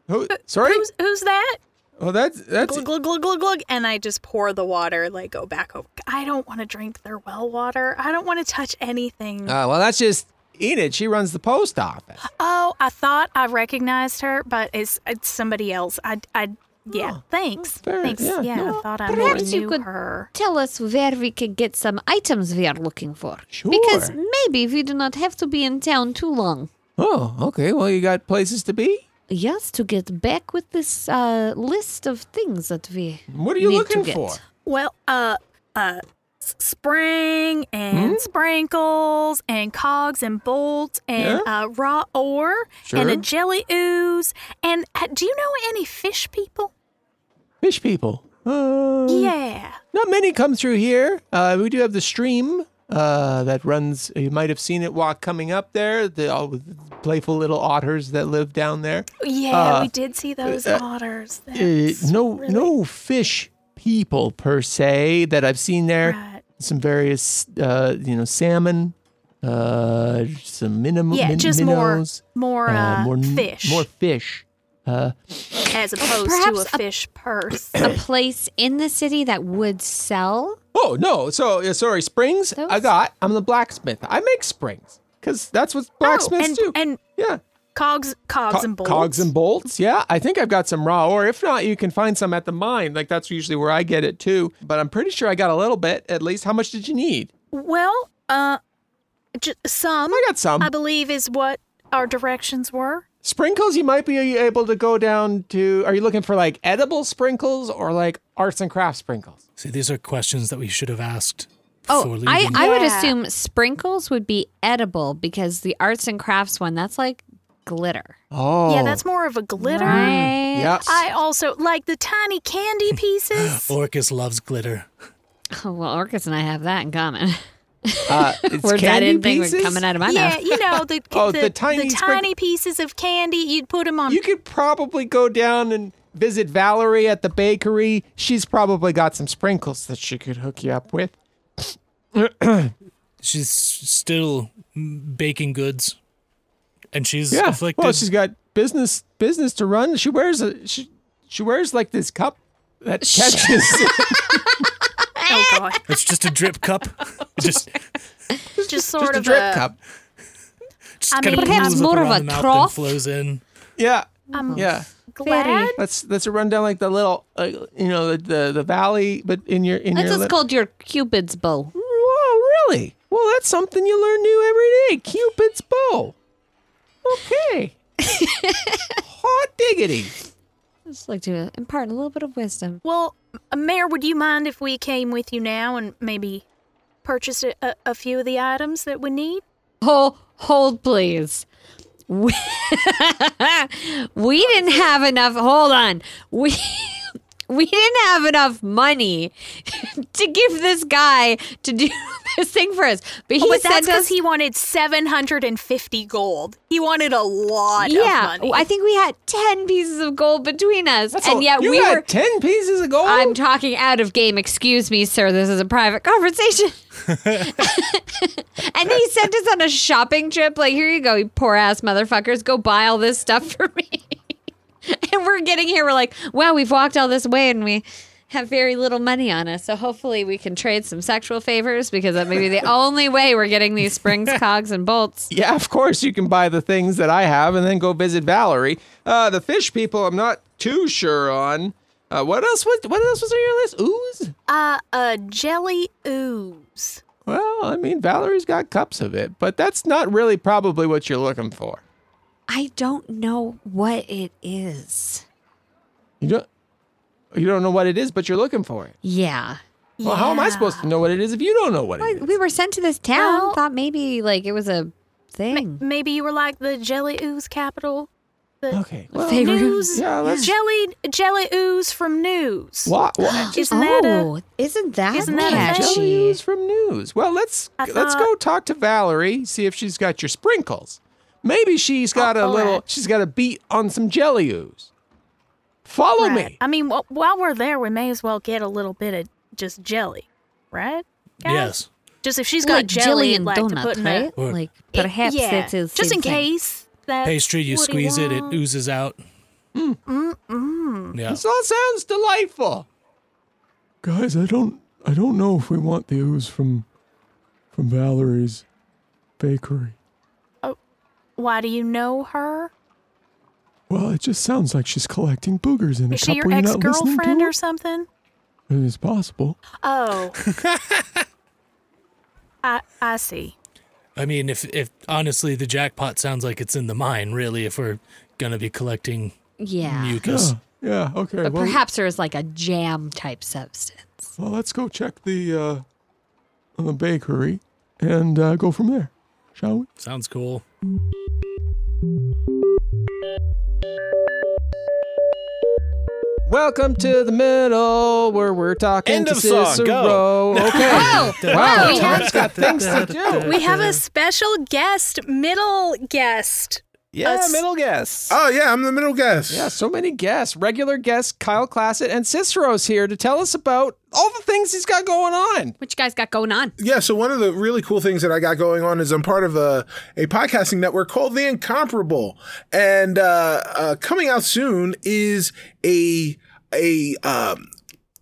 [SPEAKER 3] Who, sorry.
[SPEAKER 5] Who's who's that?
[SPEAKER 3] well, that's that's.
[SPEAKER 5] Glug glug glug glug glug. And I just pour the water. Like go back over. I don't want to drink their well water. I don't want to touch anything.
[SPEAKER 3] Uh, well, that's just Enid. She runs the post office.
[SPEAKER 5] oh, I thought I recognized her, but it's it's somebody else. I I yeah. thanks.
[SPEAKER 3] fair,
[SPEAKER 5] Thanks.
[SPEAKER 3] yeah,
[SPEAKER 5] Oh, Yeah,
[SPEAKER 3] no,
[SPEAKER 5] I thought I
[SPEAKER 7] perhaps
[SPEAKER 5] maybe
[SPEAKER 7] you
[SPEAKER 5] knew
[SPEAKER 7] could-
[SPEAKER 5] her.
[SPEAKER 7] Tell us where we can get some items we are looking for.
[SPEAKER 3] Sure.
[SPEAKER 7] Because maybe we do not have to be in town too long.
[SPEAKER 3] Oh, okay. Well, you got places to be.
[SPEAKER 7] Yes, to get back with this uh, list of things that we
[SPEAKER 3] What are you
[SPEAKER 7] need
[SPEAKER 3] looking
[SPEAKER 7] to get.
[SPEAKER 3] for?
[SPEAKER 5] Well, uh, uh, s- spring and sprinkles and cogs and bolts and uh, raw ore and
[SPEAKER 3] Sure.
[SPEAKER 5] a jelly ooze. And uh, do you know any fish people?
[SPEAKER 3] Fish people.
[SPEAKER 5] Hmm.
[SPEAKER 3] Uh,
[SPEAKER 5] Yeah.
[SPEAKER 3] Not many come through here. Uh, we do have the stream uh, that runs. You might have seen it walk coming up there. The all with the playful little otters that live down there.
[SPEAKER 5] Yeah,
[SPEAKER 3] Uh,
[SPEAKER 5] we did see those otters.
[SPEAKER 3] Uh,
[SPEAKER 5] That's
[SPEAKER 3] no,
[SPEAKER 5] really-
[SPEAKER 3] no fish people per se that I've seen there.
[SPEAKER 5] Right.
[SPEAKER 3] Some various, uh, you know, salmon. Uh, some minimum.
[SPEAKER 5] Yeah,
[SPEAKER 3] min-
[SPEAKER 5] just
[SPEAKER 3] minnows,
[SPEAKER 5] more, more,
[SPEAKER 3] uh,
[SPEAKER 5] uh,
[SPEAKER 3] more n-
[SPEAKER 5] fish,
[SPEAKER 3] More fish. Uh,
[SPEAKER 5] as opposed to
[SPEAKER 7] Perhaps
[SPEAKER 5] a
[SPEAKER 7] a-
[SPEAKER 5] fish purse.
[SPEAKER 3] [COUGHS]
[SPEAKER 7] A place in the city that would sell.
[SPEAKER 3] Oh no! So uh, sorry, springs. I
[SPEAKER 7] Those-
[SPEAKER 3] got. I'm the blacksmith. I make springs because that's what blacksmiths
[SPEAKER 5] Oh, and,
[SPEAKER 3] do.
[SPEAKER 5] and
[SPEAKER 3] yeah,
[SPEAKER 5] cogs, cogs
[SPEAKER 3] Co-
[SPEAKER 5] and bolts.
[SPEAKER 3] cogs and bolts. Yeah, I think I've got some raw, or if not, you can find some at the mine. Like that's usually where I get it too. But I'm pretty sure I got a little bit at least. How much did you need?
[SPEAKER 5] Well, uh, j- some.
[SPEAKER 3] I got some
[SPEAKER 5] I believe is what our directions were.
[SPEAKER 3] sprinkles. You might be able to go down to. Are you looking for like edible sprinkles or like arts and crafts sprinkles?
[SPEAKER 8] See, these are questions that we should have asked before
[SPEAKER 7] Oh,
[SPEAKER 8] leaving.
[SPEAKER 7] I, I would
[SPEAKER 5] Yeah.
[SPEAKER 7] assume sprinkles would be edible because the arts and crafts one, that's like glitter. Eh,
[SPEAKER 3] Oh, Mm.
[SPEAKER 5] Yeah, that's more of a glitter.
[SPEAKER 7] Right?
[SPEAKER 3] Yes.
[SPEAKER 5] I also like the tiny candy
[SPEAKER 3] [GASPS]
[SPEAKER 5] pieces.
[SPEAKER 3] Oh,
[SPEAKER 8] Orcus loves glitter.
[SPEAKER 7] Oh, well, Orcus and I have that in common. [LAUGHS]
[SPEAKER 3] uh, it's
[SPEAKER 7] We're
[SPEAKER 3] candy
[SPEAKER 7] in thing
[SPEAKER 3] pieces?
[SPEAKER 7] coming out of my
[SPEAKER 5] yeah,
[SPEAKER 7] mouth.
[SPEAKER 5] you know the
[SPEAKER 3] [LAUGHS] Oh,
[SPEAKER 5] the,
[SPEAKER 3] the tiny
[SPEAKER 5] the
[SPEAKER 3] sprinkle-
[SPEAKER 5] tiny pieces of candy. You'd put them on.
[SPEAKER 3] You could probably go down and visit Valerie at the bakery. She's probably got some sprinkles that she could hook you up with.
[SPEAKER 8] She's still mm, baking goods, and she's afflicted.
[SPEAKER 3] Well, she's got business business to run. She wears a she, she wears like this cup
[SPEAKER 5] [LAUGHS]
[SPEAKER 3] that catches
[SPEAKER 5] oh god,
[SPEAKER 8] it's just a drip
[SPEAKER 7] [LAUGHS]
[SPEAKER 8] cup. Just,
[SPEAKER 5] just sort
[SPEAKER 3] [LAUGHS] just a
[SPEAKER 5] of
[SPEAKER 3] drip
[SPEAKER 5] a-
[SPEAKER 3] cup.
[SPEAKER 8] just
[SPEAKER 5] I
[SPEAKER 8] kind
[SPEAKER 5] mean,
[SPEAKER 8] of
[SPEAKER 5] Perhaps
[SPEAKER 8] pools up
[SPEAKER 7] more of
[SPEAKER 8] around
[SPEAKER 7] a
[SPEAKER 8] the mouth and
[SPEAKER 7] trough.
[SPEAKER 8] flows in.
[SPEAKER 3] Yeah.
[SPEAKER 5] I'm
[SPEAKER 3] Yeah.
[SPEAKER 5] glad.
[SPEAKER 3] That's that's a rundown like the little uh, you know the, the the valley but in your in
[SPEAKER 7] That's
[SPEAKER 3] your
[SPEAKER 7] what's
[SPEAKER 3] lit-
[SPEAKER 7] called your Cupid's bow.
[SPEAKER 3] Whoa, really? Well, that's something you learn new every day. Cupid's bow.
[SPEAKER 5] [LAUGHS]
[SPEAKER 3] Okay. Hot diggity.
[SPEAKER 7] I just like to impart a little bit of wisdom.
[SPEAKER 5] Well, M- Mayor, would you mind if we came with you now and maybe purchased a, a, a few of the items that we need?
[SPEAKER 7] Hold, hold, please. We, [LAUGHS] we [LAUGHS] didn't have enough. Hold on. We we didn't have enough money [LAUGHS] to give this guy to do [LAUGHS] this thing for us. But he
[SPEAKER 5] Oh, but
[SPEAKER 7] sent
[SPEAKER 5] that's
[SPEAKER 7] us.
[SPEAKER 5] because he wanted 750 gold. He wanted a lot
[SPEAKER 7] yeah,
[SPEAKER 5] of money.
[SPEAKER 7] I think we had ten pieces of gold between us, and
[SPEAKER 3] all-
[SPEAKER 7] yet
[SPEAKER 3] you
[SPEAKER 7] we
[SPEAKER 3] got
[SPEAKER 7] were
[SPEAKER 3] 10 pieces of gold?
[SPEAKER 7] I'm talking out of game. Excuse me, sir. This is a private conversation. [LAUGHS] and he sent us on a shopping trip. Like, here you go, you poor ass motherfuckers. Go buy all this stuff [LAUGHS] for me. and we're getting here. We're like, wow, we've walked all this way and we have very little money on us. So hopefully we can trade some sexual favors because that may be the only way we're getting these springs, cogs, and bolts.
[SPEAKER 3] Yeah, of course you can buy the things that I have and then go visit Valerie. Uh, the fish people, I'm not too sure on. Uh, what else? What, what else was on your list? Ooze?
[SPEAKER 5] uh, a jelly ooze.
[SPEAKER 3] Well, I mean, Valerie's got cups of it, but that's not really probably what you're looking for.
[SPEAKER 7] I don't know what it is.
[SPEAKER 3] You don't. You don't know what it is, but you're looking for it.
[SPEAKER 7] Yeah.
[SPEAKER 3] Well, how am I supposed to know what it is if you don't know what it is?
[SPEAKER 7] We were sent to this town.
[SPEAKER 5] Well-
[SPEAKER 7] thought maybe like it was a thing.
[SPEAKER 5] Maybe you were like the jelly ooze capital. The
[SPEAKER 3] Okay. Well,
[SPEAKER 7] Favorite-
[SPEAKER 5] news.
[SPEAKER 3] Yeah, let's-
[SPEAKER 5] Jelly jelly ooze from news.
[SPEAKER 3] what? what
[SPEAKER 5] Isn't that a-
[SPEAKER 7] Oh, isn't that
[SPEAKER 5] isn't that a thing?
[SPEAKER 7] catchy?
[SPEAKER 3] jelly news from news. Well, let's
[SPEAKER 5] I
[SPEAKER 3] let's go talk to Valerie, see if she's got your sprinkles. Maybe she's got a
[SPEAKER 5] all
[SPEAKER 3] little.
[SPEAKER 5] right.
[SPEAKER 3] She's got a beat on some jelly ooze. Follow
[SPEAKER 5] Right.
[SPEAKER 3] me.
[SPEAKER 5] I mean, wh- while we're there, we may as well get a little bit of just jelly, right? guys?
[SPEAKER 8] Yes.
[SPEAKER 5] Just if she's got jelly,
[SPEAKER 7] and
[SPEAKER 5] like to put in a-
[SPEAKER 8] Or-
[SPEAKER 7] like
[SPEAKER 5] It-
[SPEAKER 7] perhaps
[SPEAKER 5] yeah,
[SPEAKER 7] that's his
[SPEAKER 5] just in case. That
[SPEAKER 8] Pastry, you squeeze it, it oozes out.
[SPEAKER 5] Mm-mm.
[SPEAKER 8] Yeah.
[SPEAKER 3] This all sounds delightful.
[SPEAKER 10] Guys, I don't I don't know if we want the ooze from from Valerie's bakery.
[SPEAKER 5] Why do you know her?
[SPEAKER 10] Well, it just sounds like she's collecting boogers in a
[SPEAKER 5] Is
[SPEAKER 10] cup.
[SPEAKER 5] she your
[SPEAKER 10] Were you
[SPEAKER 5] ex
[SPEAKER 10] not listening to
[SPEAKER 5] girlfriend
[SPEAKER 10] her?
[SPEAKER 5] or something?
[SPEAKER 10] It is
[SPEAKER 5] [GASPS]
[SPEAKER 10] possible.
[SPEAKER 5] Oh. I I see.
[SPEAKER 8] I mean, if if honestly, the jackpot sounds like it's in the mine. Really, if we're gonna be collecting
[SPEAKER 7] Yeah.
[SPEAKER 8] mucus,
[SPEAKER 10] Yeah. Yeah. Okay.
[SPEAKER 7] But
[SPEAKER 10] well,
[SPEAKER 7] perhaps there is like a jam type substance.
[SPEAKER 10] well, let's go check the uh, the bakery and uh, go from there, shall we?
[SPEAKER 8] sounds cool.
[SPEAKER 3] Welcome to the middle where we're talking
[SPEAKER 6] End
[SPEAKER 3] to
[SPEAKER 6] of song,
[SPEAKER 3] Cicero.
[SPEAKER 6] go. [LAUGHS]
[SPEAKER 3] Okay.
[SPEAKER 5] Oh,
[SPEAKER 3] wow, Tom's got things to do.
[SPEAKER 5] We have a special guest, middle guest.
[SPEAKER 6] Yeah,
[SPEAKER 5] Us-
[SPEAKER 6] middle guess.
[SPEAKER 11] Oh yeah, I'm the middle guest.
[SPEAKER 3] Yeah, so many guests, regular guests, Kyle Classett and Cicero's here to tell us about all the things he's got going on.
[SPEAKER 7] What you guys got going on?
[SPEAKER 11] Yeah, so one of the really cool things that I got going on is I'm part of a, a podcasting network called The Incomparable. And uh, uh, coming out soon is a a um,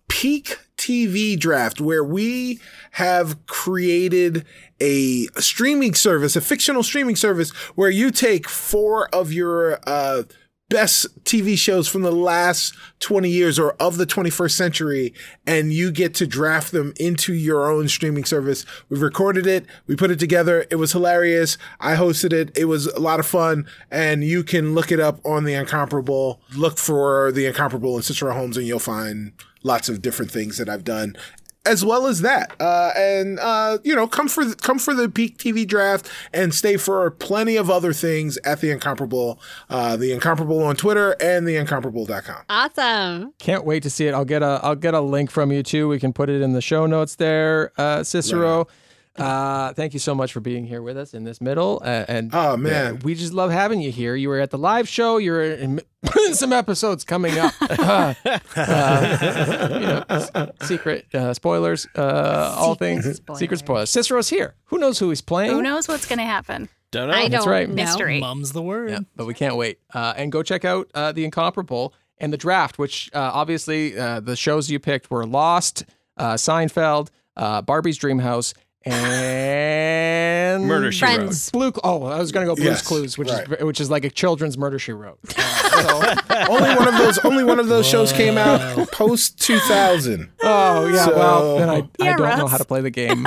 [SPEAKER 11] peak TV draft where we have created a streaming service, a fictional streaming service where you take four of your uh, best TV shows from the last 20 years or of the 21st century and you get to draft them into your own streaming service. We've recorded it, we put it together. It was hilarious. I hosted it. It was a lot of fun and you can look it up on the Incomparable. Look for the Incomparable and Cicero Holmes and you'll find lots of different things that I've done as well as that. Uh, and uh, you know, come for come for the peak TV draft and stay for plenty of other things at the Incomparable, uh, the Incomparable on Twitter and the Incomparable.com.
[SPEAKER 7] Awesome.
[SPEAKER 3] Can't wait to see it. I'll get a I'll get a link from you too. We can put it in the show notes there, uh, Cicero. Uh, thank you so much for being here with us in this middle. Uh, and
[SPEAKER 11] Oh, man.
[SPEAKER 3] uh, we just love having you here. You were at the live show. You're in [LAUGHS] some episodes coming
[SPEAKER 11] [LAUGHS]
[SPEAKER 3] up. Uh, you know, s- secret uh, spoilers, uh, all
[SPEAKER 7] Secret
[SPEAKER 3] things secret
[SPEAKER 7] spoilers.
[SPEAKER 3] spoilers. Cicero's here. Who knows who he's playing?
[SPEAKER 5] Who knows what's gonna happen?
[SPEAKER 6] Don't know.
[SPEAKER 7] I
[SPEAKER 3] that's
[SPEAKER 7] don't
[SPEAKER 3] right.
[SPEAKER 7] know.
[SPEAKER 5] Mystery.
[SPEAKER 8] Mum's the word.
[SPEAKER 3] Yeah, but we can't wait. Uh, and go check out uh, The Incomparable and The Draft, which uh, obviously uh, the shows you picked were Lost, uh, Seinfeld, uh, Barbie's Dream House, and
[SPEAKER 6] Murder, She
[SPEAKER 7] Friends.
[SPEAKER 3] Blue. Oh, I was going to go Blue's
[SPEAKER 11] Yes,
[SPEAKER 3] Clues, which
[SPEAKER 11] right.
[SPEAKER 3] is which is like a children's murder she wrote. Uh, so-
[SPEAKER 11] only one of those only one of those shows came out post 2000.
[SPEAKER 3] oh yeah, well
[SPEAKER 11] So-
[SPEAKER 3] then I, I
[SPEAKER 5] Yeah,
[SPEAKER 3] don't know
[SPEAKER 5] Russ.
[SPEAKER 3] how to play
[SPEAKER 7] [LAUGHS]
[SPEAKER 3] the game.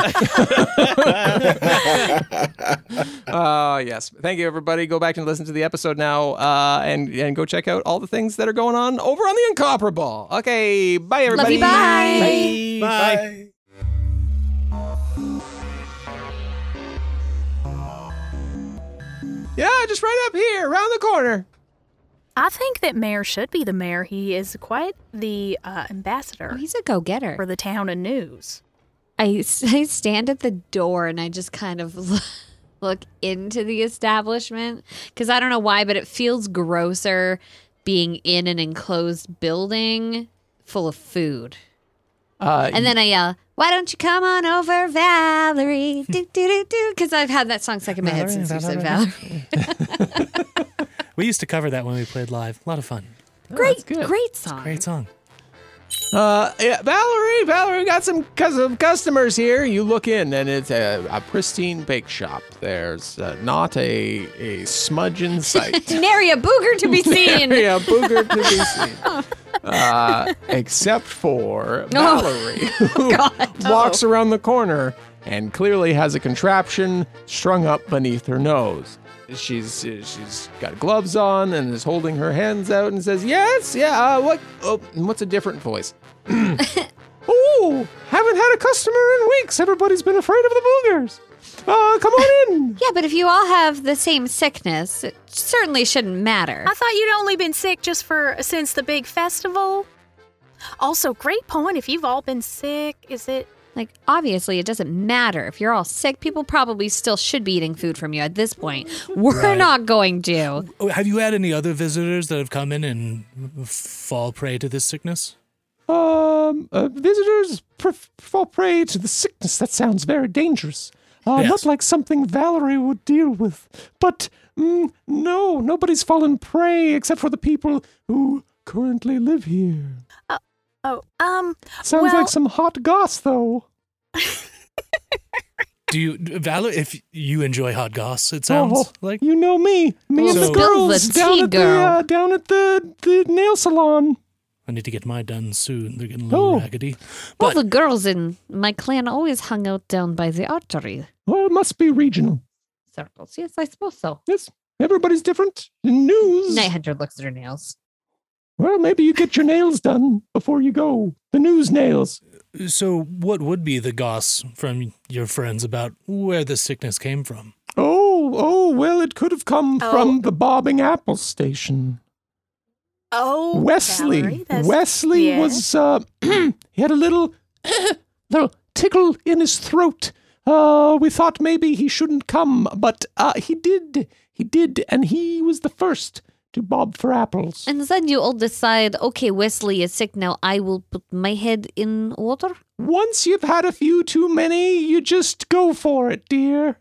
[SPEAKER 3] [LAUGHS] uh, yes, thank you everybody. Go back and listen to the episode now, uh, and and go check out all the things that are going on over on the Incomparable. Okay, bye
[SPEAKER 7] Love
[SPEAKER 3] everybody.
[SPEAKER 7] you. Bye.
[SPEAKER 11] Bye.
[SPEAKER 3] Yeah, just right up here, around the corner.
[SPEAKER 5] I think that mayor should be the mayor. He is quite the uh, ambassador.
[SPEAKER 7] Oh, he's a go-getter
[SPEAKER 5] for the town and news.
[SPEAKER 7] I, [LAUGHS] s- I stand at the door and I just kind of [LAUGHS] look, look into the establishment because I don't know why, but it feels grosser being in an enclosed building full of food.
[SPEAKER 3] Uh,
[SPEAKER 7] and then I yell, "Why don't you come on over,
[SPEAKER 8] [LAUGHS]
[SPEAKER 7] Valerie?" do do do do, because I've had that song stuck in my head
[SPEAKER 8] Valerie,
[SPEAKER 7] since you said
[SPEAKER 8] Valerie.
[SPEAKER 7] Valerie.
[SPEAKER 8] We used to cover that when we played live. A lot of fun.
[SPEAKER 7] great, great
[SPEAKER 8] It's a
[SPEAKER 7] song.
[SPEAKER 8] great song.
[SPEAKER 3] Uh, yeah, Valerie, Valerie, we got some cus- some customers here. You look in, and it's a, a pristine bake shop. There's uh, not a a smudge in sight.
[SPEAKER 7] Nary a booger
[SPEAKER 8] [LAUGHS]
[SPEAKER 7] to be seen.
[SPEAKER 3] [LAUGHS] Nary a booger to be seen. uh, except for
[SPEAKER 7] No.
[SPEAKER 3] Valerie, who walks around the corner and clearly has a contraption strung up beneath her nose. She's uh, she's got gloves on and is holding her hands out and says, "Yes, yeah. Uh, what? Oh, and what's a different voice? [CLEARS THROAT] oh, haven't had a customer in weeks. Everybody's been afraid of the boogers. Uh, come on in.
[SPEAKER 7] yeah, but if you all have the same sickness, it certainly shouldn't matter.
[SPEAKER 5] I thought you'd only been sick just for since the big festival. Also, great point. If you've all been sick, is it?
[SPEAKER 7] Like, obviously, it doesn't matter. If you're all sick, people probably still should be eating food from you at this point. We're
[SPEAKER 8] Right.
[SPEAKER 7] not going to.
[SPEAKER 8] Oh, Have you had any other visitors that have come in and f- fall prey to this sickness?
[SPEAKER 10] Um, uh, visitors pre- fall prey to the sickness. That sounds very dangerous. Uh, Not
[SPEAKER 8] Yes.
[SPEAKER 10] like something Valerie would deal with. But mm, no, nobody's fallen prey except for the people who currently live here.
[SPEAKER 5] Oh, um.
[SPEAKER 10] Sounds
[SPEAKER 5] well,
[SPEAKER 10] like some hot goss, though.
[SPEAKER 8] Do you, Valor, if you enjoy hot goss, it sounds
[SPEAKER 10] Oh,
[SPEAKER 8] like.
[SPEAKER 10] you know me, me and
[SPEAKER 8] So-
[SPEAKER 10] the
[SPEAKER 8] Spill the
[SPEAKER 10] girls
[SPEAKER 8] tea,
[SPEAKER 10] down at the
[SPEAKER 8] girl.
[SPEAKER 10] uh, down at the, the nail salon.
[SPEAKER 8] I need to get my done soon. They're getting a
[SPEAKER 10] Oh.
[SPEAKER 8] little raggedy.
[SPEAKER 7] All the girls in my clan always hung out down by the archery
[SPEAKER 10] Well, it must be regional.
[SPEAKER 7] circles. Yes, I suppose so.
[SPEAKER 10] Yes, everybody's different. News.
[SPEAKER 7] Night Hunter looks at her nails.
[SPEAKER 10] Well, maybe you get your nails done before you go. The news nails.
[SPEAKER 8] So, what would be the goss from your friends about where the sickness came from?
[SPEAKER 10] Oh, oh, well, it could have come
[SPEAKER 5] Oh.
[SPEAKER 10] from the bobbing apple station.
[SPEAKER 5] Oh,
[SPEAKER 10] Wesley.
[SPEAKER 5] Valerie, that's-
[SPEAKER 10] Wesley was, uh, [CLEARS THROAT] he had a little, [CLEARS THROAT] little tickle in his throat. Uh, we thought maybe he shouldn't come, but uh, he did. He did, and he was the first to bob for apples.
[SPEAKER 7] And then you all decide, okay, Wesley is sick now. I will put my head in water.
[SPEAKER 10] Once you've had a few too many, you just go for it, dear.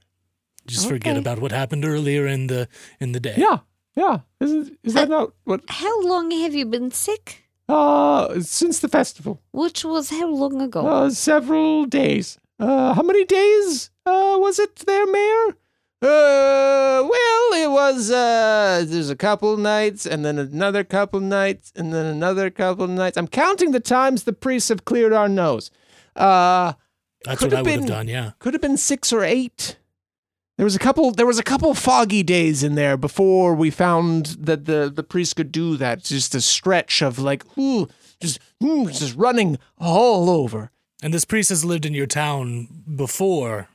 [SPEAKER 8] Just forget about what happened earlier in the in the day.
[SPEAKER 10] Yeah, yeah. Isn't is
[SPEAKER 5] Uh,
[SPEAKER 10] that not what?
[SPEAKER 7] How long have you been sick?
[SPEAKER 10] Uh, since the festival.
[SPEAKER 7] Which was how long ago?
[SPEAKER 10] Uh, several days. Uh, how many days uh, was it there, Mayor?
[SPEAKER 3] Uh, well, it was, uh, there's a couple nights, and then another couple nights, and then another couple nights. I'm counting the times the priests have cleared our nose. Uh,
[SPEAKER 8] That's
[SPEAKER 3] could
[SPEAKER 8] what I would have
[SPEAKER 3] been-
[SPEAKER 8] done, yeah.
[SPEAKER 3] Could have been six or eight. There was a couple, there was a couple foggy days in there before we found that the, the priest could do that. Just a stretch of like, ooh, just, ooh, just running all over.
[SPEAKER 8] And this priest has lived in your town before.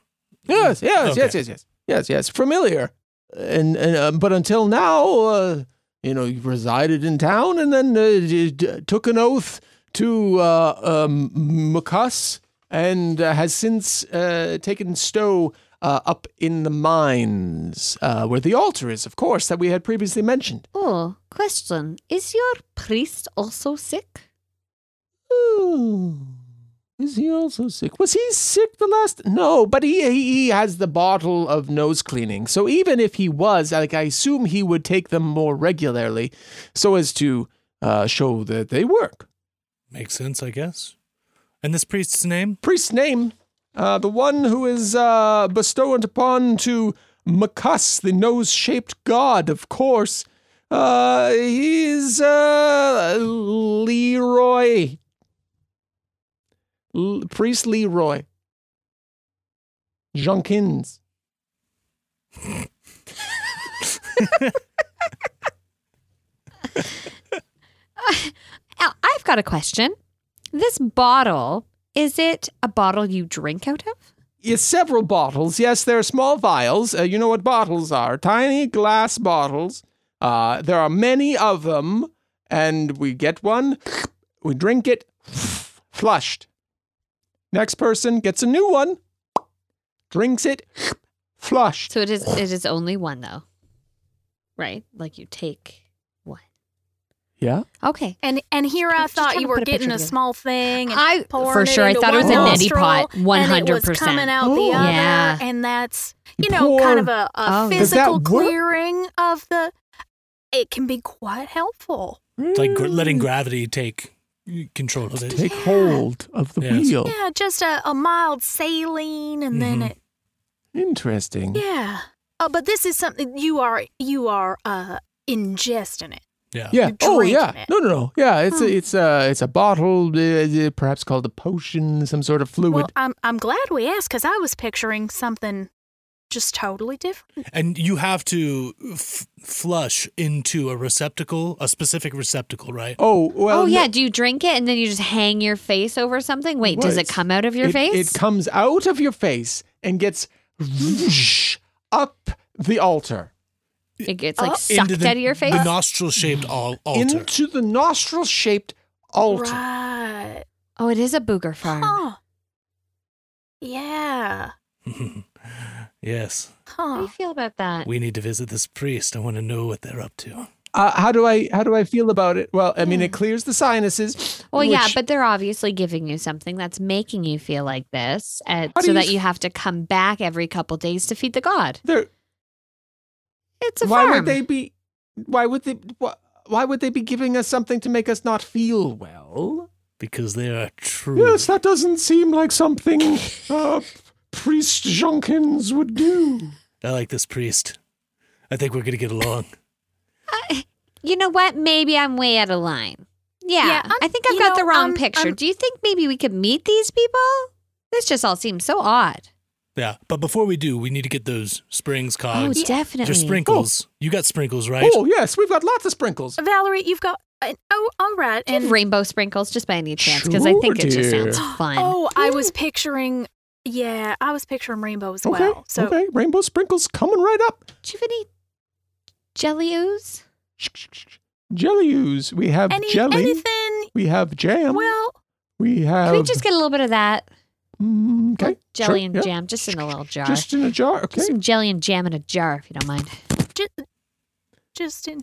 [SPEAKER 3] Yes, yes, yes,
[SPEAKER 8] Okay.
[SPEAKER 3] yes, yes, yes, yes. Familiar, and, and uh, but until now, uh, you know, you resided in town and then uh, d- d- took an oath to uh, um, Mucus and uh, has since uh, taken Stowe uh, up in the mines, uh, where the altar is, of course, that we had previously mentioned.
[SPEAKER 7] Oh, question. Is your priest also sick?
[SPEAKER 3] Ooh. Is he also sick? Was he sick the last? No, but he, he he has the bottle of nose cleaning. So even if he was, like I assume he would take them more regularly, so as to uh, show that they work.
[SPEAKER 8] Makes sense, I guess. And this priest's name?
[SPEAKER 3] Priest's name, uh, the one who is uh, bestowed upon to Makus, the nose-shaped god, of course. Uh, he's uh, Leroy. L- Priest Leroy. Junkins.
[SPEAKER 7] Now, I've got a question. This bottle, is it a bottle you drink out of?
[SPEAKER 3] Yes, several bottles. Yes, they're small vials. Uh, you know what bottles are? Tiny glass bottles. Uh, there are many of them, and we get one, we drink it, flushed. Next person gets a new one, drinks it, flushed.
[SPEAKER 7] So it is it is only one though. Right? Like you take
[SPEAKER 3] Yeah.
[SPEAKER 7] Okay.
[SPEAKER 5] And and here I thought
[SPEAKER 7] trying
[SPEAKER 5] you
[SPEAKER 7] to
[SPEAKER 5] were
[SPEAKER 7] put a picture
[SPEAKER 5] getting a
[SPEAKER 7] together.
[SPEAKER 5] small thing. And
[SPEAKER 7] I-
[SPEAKER 5] pouring
[SPEAKER 7] for sure, I
[SPEAKER 5] into
[SPEAKER 7] thought it was
[SPEAKER 5] one
[SPEAKER 7] a nitty
[SPEAKER 5] nostril,
[SPEAKER 7] pot,
[SPEAKER 5] and it was
[SPEAKER 7] 100%.
[SPEAKER 5] coming out
[SPEAKER 7] Ooh.
[SPEAKER 5] the other,
[SPEAKER 7] Yeah.
[SPEAKER 5] and that's you know kind of a, a
[SPEAKER 7] Oh. Does that
[SPEAKER 5] physical
[SPEAKER 7] work?
[SPEAKER 5] clearing of the. It can be quite helpful.
[SPEAKER 8] It's like gr- letting gravity take control of it.
[SPEAKER 3] Take hold of the wheel.
[SPEAKER 5] Yeah, just a, a mild saline, and then
[SPEAKER 7] Mm-hmm.
[SPEAKER 8] Mhm.
[SPEAKER 5] it.
[SPEAKER 3] Interesting.
[SPEAKER 5] Yeah. Uh, but this is something you are you are uh ingesting it.
[SPEAKER 8] Yeah.
[SPEAKER 3] Yeah. Oh, yeah.
[SPEAKER 5] drinking it.
[SPEAKER 3] No, no, no. Yeah, it's
[SPEAKER 5] Hmm.
[SPEAKER 3] a, it's a, it's a bottle, uh, uh, perhaps called a potion, some sort of fluid.
[SPEAKER 5] Well, I'm I'm glad we asked because I was picturing something just totally different.
[SPEAKER 8] And you have to f- flush into a receptacle, a specific receptacle, right?
[SPEAKER 3] Oh, well.
[SPEAKER 7] oh
[SPEAKER 3] no-
[SPEAKER 7] yeah, do you drink it and then you just hang your face over something? Wait, does
[SPEAKER 3] Well,
[SPEAKER 7] it come out of your
[SPEAKER 3] it-
[SPEAKER 7] face?
[SPEAKER 3] It comes out of your face and gets up the altar.
[SPEAKER 7] It, gets like
[SPEAKER 3] Up
[SPEAKER 7] sucked
[SPEAKER 3] into the-
[SPEAKER 7] out of your face.
[SPEAKER 8] The nostril shaped al- altar.
[SPEAKER 3] Into the nostril shaped altar.
[SPEAKER 5] Right.
[SPEAKER 7] oh, it is a booger farm.
[SPEAKER 5] Huh. Yeah.
[SPEAKER 8] yes.
[SPEAKER 5] Huh.
[SPEAKER 7] How do you feel about that?
[SPEAKER 8] We need to visit this priest. I want to know what they're up to.
[SPEAKER 3] Uh, how do I how do I feel about it? Well, I mean, it clears the sinuses.
[SPEAKER 7] Well, yeah,
[SPEAKER 3] which-
[SPEAKER 7] but they're obviously giving you something that's making you feel like this, uh,
[SPEAKER 3] How do
[SPEAKER 7] so
[SPEAKER 3] you
[SPEAKER 7] that
[SPEAKER 3] f-
[SPEAKER 7] you have to come back every couple days to feed the god.
[SPEAKER 3] they're-
[SPEAKER 7] It's a
[SPEAKER 3] why
[SPEAKER 7] farm.
[SPEAKER 3] would they be? Why would they? Why, why would they be giving us something to make us not feel well?
[SPEAKER 8] Because they are true.
[SPEAKER 10] Yes, that doesn't seem like something uh, Priest Junkins would do.
[SPEAKER 8] I like this priest. I think we're going to get along.
[SPEAKER 7] you know what? Maybe I'm way out of line. Yeah,
[SPEAKER 5] Yeah,
[SPEAKER 7] I think
[SPEAKER 5] you
[SPEAKER 7] I've got
[SPEAKER 5] know,
[SPEAKER 7] the wrong
[SPEAKER 5] I'm-
[SPEAKER 7] picture.
[SPEAKER 5] I'm-
[SPEAKER 7] Do you think maybe we could meet these people? This just all seems so odd.
[SPEAKER 8] yeah. But before we do, we need to get those springs
[SPEAKER 10] Uh,
[SPEAKER 8] cogs.
[SPEAKER 7] Oh, definitely.
[SPEAKER 8] Your sprinkles. You got sprinkles, right?
[SPEAKER 3] Oh yes, we've got lots of sprinkles.
[SPEAKER 5] Valerie, you've got an, oh, all right.
[SPEAKER 7] Do you have
[SPEAKER 5] And
[SPEAKER 7] rainbow sprinkles just by any chance? Because I
[SPEAKER 3] Sure,
[SPEAKER 7] think it just
[SPEAKER 3] dear.
[SPEAKER 5] [GASPS]
[SPEAKER 7] sounds fun.
[SPEAKER 5] oh, I was picturing. Yeah, I was picturing rainbow as
[SPEAKER 10] Okay,
[SPEAKER 5] well. So
[SPEAKER 10] okay, rainbow sprinkles coming right up.
[SPEAKER 7] Do you have any jelly ooze?
[SPEAKER 10] Jelly ooze. We have
[SPEAKER 5] any
[SPEAKER 10] jelly.
[SPEAKER 5] anything?
[SPEAKER 10] We have jam.
[SPEAKER 5] Well,
[SPEAKER 10] we have.
[SPEAKER 7] Can we just get a little bit of that
[SPEAKER 10] Mm, okay.
[SPEAKER 7] jelly
[SPEAKER 10] Oh, sure,
[SPEAKER 7] and
[SPEAKER 10] yeah.
[SPEAKER 7] jam just in a little jar?
[SPEAKER 10] Just in a jar.
[SPEAKER 7] Just
[SPEAKER 10] Okay.
[SPEAKER 7] some jelly and jam in a jar, if you
[SPEAKER 5] [LAUGHS]
[SPEAKER 7] don't mind.
[SPEAKER 5] just, just in.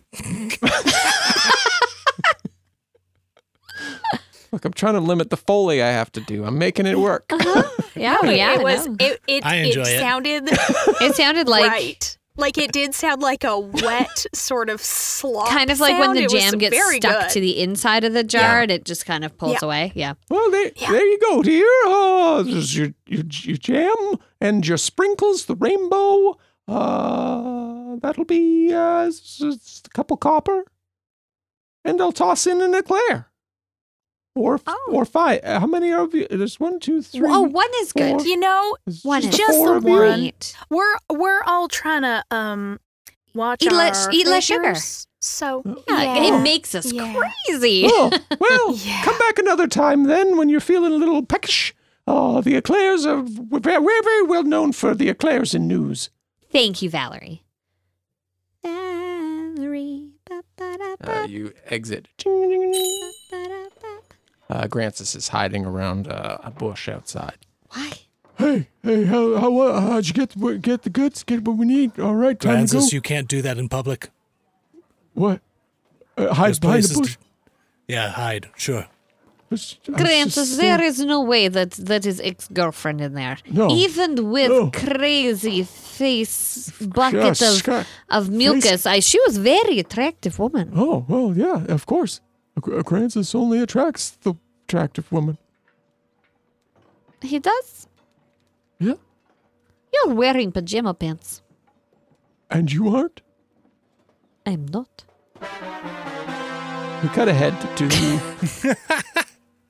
[SPEAKER 3] Look, I'm trying to limit the foley I have to do. I'm making it work.
[SPEAKER 7] Uh-huh. Yeah,
[SPEAKER 5] it,
[SPEAKER 7] Oh, yeah.
[SPEAKER 5] it was.
[SPEAKER 7] no.
[SPEAKER 5] It it,
[SPEAKER 8] I enjoy it.
[SPEAKER 5] sounded
[SPEAKER 10] [LAUGHS]
[SPEAKER 7] It sounded like
[SPEAKER 5] right. Like it did sound like a
[SPEAKER 7] [LAUGHS]
[SPEAKER 5] wet sort of slop.
[SPEAKER 7] kind of like when
[SPEAKER 5] sound.
[SPEAKER 7] the
[SPEAKER 5] It was
[SPEAKER 7] jam gets
[SPEAKER 5] very
[SPEAKER 7] stuck
[SPEAKER 5] good.
[SPEAKER 7] to the inside of the jar
[SPEAKER 8] Yeah.
[SPEAKER 7] and it just kind of pulls
[SPEAKER 5] Yeah.
[SPEAKER 7] away. Yeah.
[SPEAKER 10] Well, there,
[SPEAKER 5] Yeah.
[SPEAKER 10] there you go, dear. Uh, there's your, your your jam and your sprinkles, the rainbow. Uh, that'll be uh, s- s- a couple copper, and I'll toss in an eclair, or f-
[SPEAKER 7] Oh.
[SPEAKER 10] or five. How many of you? There's one, two, three.
[SPEAKER 7] Oh, one is good.
[SPEAKER 10] four.
[SPEAKER 5] You know,
[SPEAKER 10] It's
[SPEAKER 7] One
[SPEAKER 10] just
[SPEAKER 7] is
[SPEAKER 10] the
[SPEAKER 5] Just
[SPEAKER 10] four
[SPEAKER 5] the
[SPEAKER 10] of you.
[SPEAKER 5] one.
[SPEAKER 7] great.
[SPEAKER 5] we're we're all trying to um watch
[SPEAKER 7] Eat
[SPEAKER 5] our
[SPEAKER 7] less- eat less sugar.
[SPEAKER 5] figures. So
[SPEAKER 7] Yeah,
[SPEAKER 5] yeah.
[SPEAKER 7] It makes us
[SPEAKER 5] Yeah.
[SPEAKER 7] [LAUGHS] crazy.
[SPEAKER 10] Oh, well,
[SPEAKER 5] Yeah.
[SPEAKER 10] come back another time then when you're feeling a little peckish. Oh, the eclairs are we're very, we're very well known for the eclairs in news.
[SPEAKER 7] Thank you, Valerie. Valerie. ba, ba, da,
[SPEAKER 3] Uh,
[SPEAKER 7] ba,
[SPEAKER 3] you exit.
[SPEAKER 10] Ding, ding, ding.
[SPEAKER 7] ba, ba, da, ba.
[SPEAKER 3] Uh, Grancis is hiding around uh, a bush outside.
[SPEAKER 7] Why?
[SPEAKER 10] Hey, hey, how how uh, how'd you get the, get the goods? Get what we need. All right, time
[SPEAKER 8] Francis,
[SPEAKER 10] to go.
[SPEAKER 8] you can't do that in public.
[SPEAKER 10] what? Uh,
[SPEAKER 8] There's
[SPEAKER 10] hide behind the
[SPEAKER 8] places
[SPEAKER 10] bush.
[SPEAKER 8] to- yeah, hide. Sure.
[SPEAKER 10] It's- I
[SPEAKER 7] Granted,
[SPEAKER 10] just-
[SPEAKER 7] there is no way that that his ex girlfriend in there.
[SPEAKER 10] No.
[SPEAKER 7] Even with
[SPEAKER 10] No.
[SPEAKER 7] crazy face bucket
[SPEAKER 10] Yes,
[SPEAKER 7] of,
[SPEAKER 10] ca-
[SPEAKER 7] of mucus, I, she was very attractive woman.
[SPEAKER 10] Oh well, yeah, of course. Gr- Grancis only attracts the attractive woman.
[SPEAKER 7] He does.
[SPEAKER 10] Yeah,
[SPEAKER 7] You're wearing pajama pants.
[SPEAKER 10] and you aren't.
[SPEAKER 7] I'm not.
[SPEAKER 3] We cut ahead to the [LAUGHS]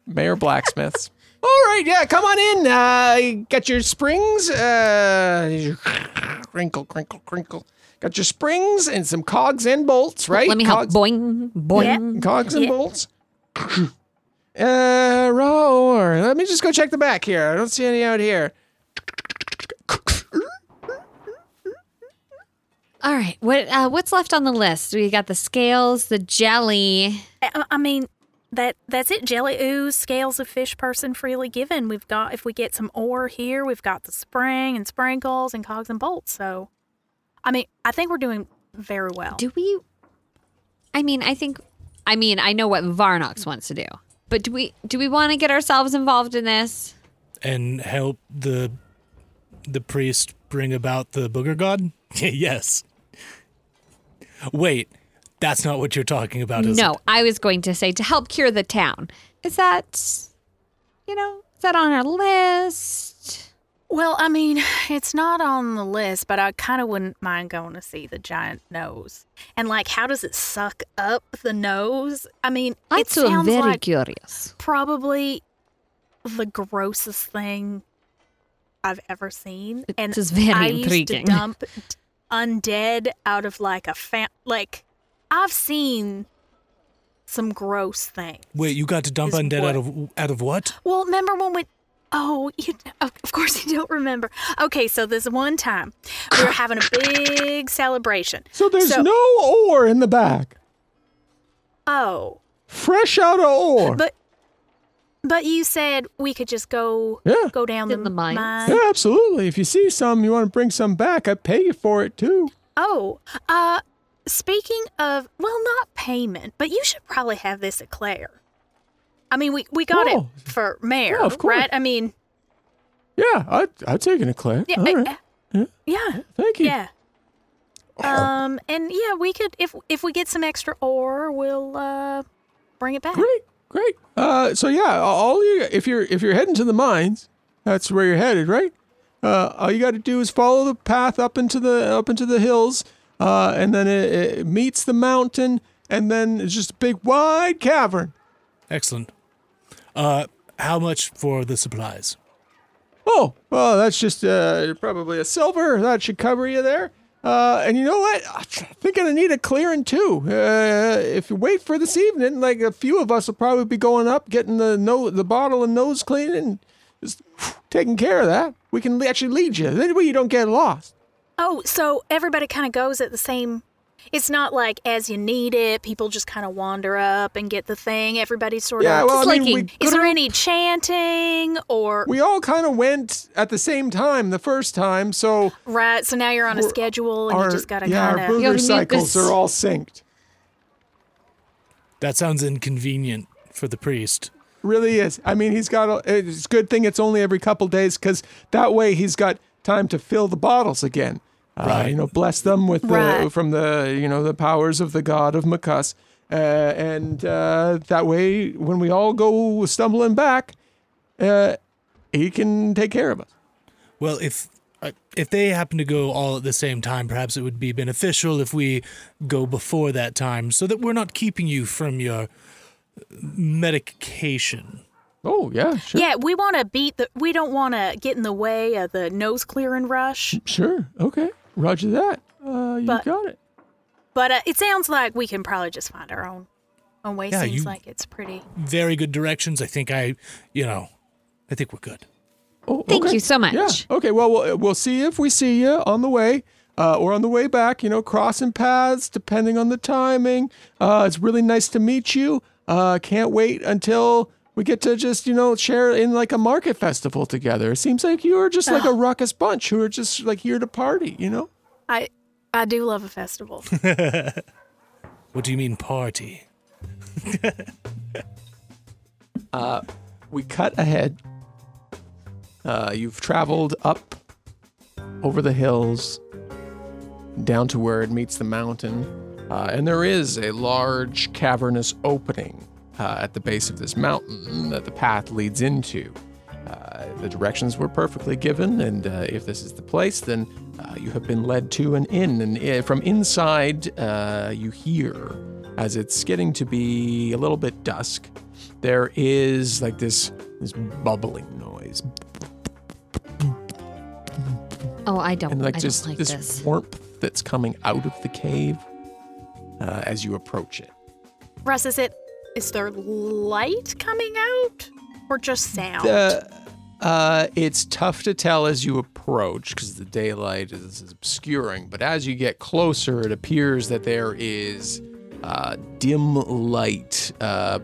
[SPEAKER 3] Mayor Blacksmiths. All right, yeah, come on in. Uh, you got your springs. Uh, here's your crinkle, crinkle, crinkle. Got your springs and some cogs and bolts, right?
[SPEAKER 7] Let me help.
[SPEAKER 3] Cogs-
[SPEAKER 7] Boing, boing.
[SPEAKER 3] Cogs and bolts. [COUGHS] Uh, raw ore. Let me just go check the back here. I don't see any out here.
[SPEAKER 7] All right. What uh, what's left on the list? We got the scales, the jelly.
[SPEAKER 5] I, I mean, that that's it. Jelly ooze, scales of fish person freely given. We've got if we get some ore here, we've got the spring and sprinkles and cogs and bolts. So, I mean, I think we're doing very well.
[SPEAKER 7] Do we? I mean, I think. I mean, I know what Varnox wants to do, but do we do we want to get ourselves involved in this?
[SPEAKER 8] and help the the priest bring about the booger god? [LAUGHS] yes. Wait, that's not what you're talking about, is
[SPEAKER 7] no,
[SPEAKER 8] it?
[SPEAKER 7] I was going to say to help cure the town. Is that you know is that on our list?
[SPEAKER 5] Well, I mean, [SIGHS] it's not on the list, but I kind of wouldn't mind going to see the giant nose. And like, how does it suck up the nose? I mean,
[SPEAKER 7] I'm
[SPEAKER 5] it
[SPEAKER 7] so
[SPEAKER 5] sounds
[SPEAKER 7] very
[SPEAKER 5] like
[SPEAKER 7] curious.
[SPEAKER 5] probably the grossest thing I've ever seen. and
[SPEAKER 7] is very
[SPEAKER 5] I used to
[SPEAKER 7] intriguing.
[SPEAKER 5] dump d- undead out of like a fam. Like, I've seen some gross things.
[SPEAKER 8] Wait, you got to dump
[SPEAKER 5] Is
[SPEAKER 8] undead
[SPEAKER 5] what?
[SPEAKER 8] out of out of what?
[SPEAKER 5] Well, remember when we? Oh, you. Of of course, you don't remember. Okay, so this one time we were having a big celebration.
[SPEAKER 3] So there's no ore in the back.
[SPEAKER 5] Oh,
[SPEAKER 3] Fresh out of ore.
[SPEAKER 5] but but you said we could just go
[SPEAKER 3] Yeah.
[SPEAKER 5] go down the, mines.
[SPEAKER 3] yeah, absolutely. If you see some, you want to bring some back. I pay you for it too.
[SPEAKER 5] Oh, uh, speaking of, well, not payment, but you should probably have this at Claire. I mean, we we got
[SPEAKER 3] Oh.
[SPEAKER 5] it for mayor,
[SPEAKER 3] Yeah, of course.
[SPEAKER 5] right? I mean,
[SPEAKER 3] Yeah, I I take an eclair.
[SPEAKER 5] Yeah,
[SPEAKER 3] All
[SPEAKER 5] I- uh,
[SPEAKER 3] right.
[SPEAKER 5] I-
[SPEAKER 3] Yeah.
[SPEAKER 5] yeah.
[SPEAKER 3] Thank you.
[SPEAKER 5] Yeah. Um, and yeah, we could if if we get some extra ore, we'll uh bring it back.
[SPEAKER 3] Great. Great. Uh, so yeah, all you if you're if you're heading to the mines, that's where you're headed, right? Uh, all you got to do is follow the path up into the up into the hills, uh, and then it, it meets the mountain, and then it's just a big wide cavern.
[SPEAKER 8] Excellent. Uh how much for the supplies?
[SPEAKER 3] Oh, well, that's just uh, probably a silver. That should cover you there. Uh, and you know what? I think I'm gonna need a clearing too. Uh, if you wait for this evening, like a few of us will probably be going up, getting the no- the bottle and nose clean, and just taking care of that. We can le- actually lead you. That way you don't get lost.
[SPEAKER 5] Oh, so everybody kind of goes at the same. It's not like as you need it. People just kind of wander up and get the thing. Everybody's sort
[SPEAKER 3] Yeah,
[SPEAKER 5] of
[SPEAKER 3] well, I mean, we Clicking.
[SPEAKER 5] is there any chanting or
[SPEAKER 3] We all kind of went at the same time the first time, so
[SPEAKER 5] right? So now you're on a schedule and
[SPEAKER 3] our
[SPEAKER 5] you just gotta
[SPEAKER 3] yeah,
[SPEAKER 5] kind
[SPEAKER 3] our
[SPEAKER 5] of.
[SPEAKER 3] booger cycles are all synced.
[SPEAKER 8] That sounds inconvenient for the priest.
[SPEAKER 3] Really is. I mean, he's got. A, it's a good thing it's only every couple days because that way he's got time to fill the bottles again. Uh,
[SPEAKER 8] Right.
[SPEAKER 3] you know, bless them with the
[SPEAKER 8] Right.
[SPEAKER 3] from the you know the powers of the god of Makas, uh, and uh, that way when we all go stumbling back, uh, he can take care of us.
[SPEAKER 8] Well, if uh, if they happen to go all at the same time, perhaps it would be beneficial if we go before that time, so that we're not keeping you from your uh, medication.
[SPEAKER 3] Oh yeah,
[SPEAKER 5] Yeah, we want to beat the. We don't want to get in the way of the nose clearing rush.
[SPEAKER 3] Sure. Okay. Roger that. Uh, you
[SPEAKER 5] But-
[SPEAKER 3] got it.
[SPEAKER 5] But uh, it sounds like we can probably just find our own own way.
[SPEAKER 8] Yeah,
[SPEAKER 5] seems
[SPEAKER 8] you-
[SPEAKER 5] like it's pretty.
[SPEAKER 8] Very good directions. I think I, you know, I think we're good.
[SPEAKER 3] Oh,
[SPEAKER 8] Thank
[SPEAKER 3] okay.
[SPEAKER 8] you so much.
[SPEAKER 3] Yeah. Okay. Well, we'll we'll see if we see you on the way uh, or on the way back. You know, crossing paths depending on the timing. Uh, it's really nice to meet you. Uh, can't wait until we get to just you know share in like a market festival together. It seems like you are just like a ruckus bunch who are just like here to party. You know.
[SPEAKER 5] I I do love a
[SPEAKER 8] [LAUGHS]
[SPEAKER 5] festival.
[SPEAKER 8] what do you mean party?
[SPEAKER 3] Uh, we cut ahead. Uh, you've traveled up over the hills down to where it meets the mountain, uh, and there is a large cavernous opening uh, at the base of this mountain that the path leads into. Uh, the directions were perfectly given, and uh, if this is the place, then uh, you have been led to an inn. And uh, from inside, uh, you hear, as it's getting to be a little bit dusk, there is like this this bubbling noise,
[SPEAKER 7] Oh, I don't.
[SPEAKER 3] and like
[SPEAKER 7] I
[SPEAKER 3] just
[SPEAKER 7] don't like
[SPEAKER 3] this,
[SPEAKER 7] this.
[SPEAKER 3] warmth that's coming out of the cave uh, as you approach it.
[SPEAKER 5] Russ, is it? Is there light coming out or just sound?
[SPEAKER 3] The- Uh, it's tough to tell as you approach because the daylight is obscuring, but as you get closer, it appears that there is uh, dim light, uh,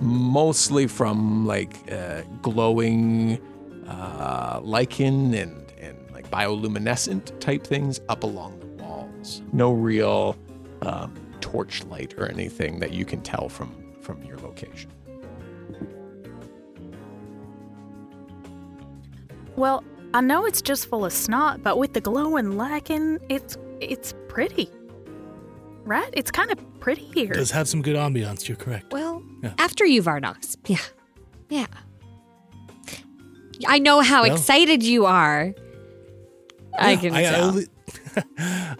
[SPEAKER 3] mostly from like uh, glowing uh, lichen and, and like bioluminescent type things up along the walls. No real um, torchlight or anything that you can tell from from your location.
[SPEAKER 5] Well, I know it's just full of snot, but with the glowing lichen, it's it's pretty. Right? It's kind of pretty here.
[SPEAKER 8] Does have some good ambiance, you're correct.
[SPEAKER 7] Well,
[SPEAKER 8] Yeah.
[SPEAKER 7] after you, Varnox. Yeah. Yeah. I know how
[SPEAKER 8] Well-
[SPEAKER 7] excited you are. I
[SPEAKER 8] Yeah,
[SPEAKER 7] can tell.
[SPEAKER 8] only- [LAUGHS]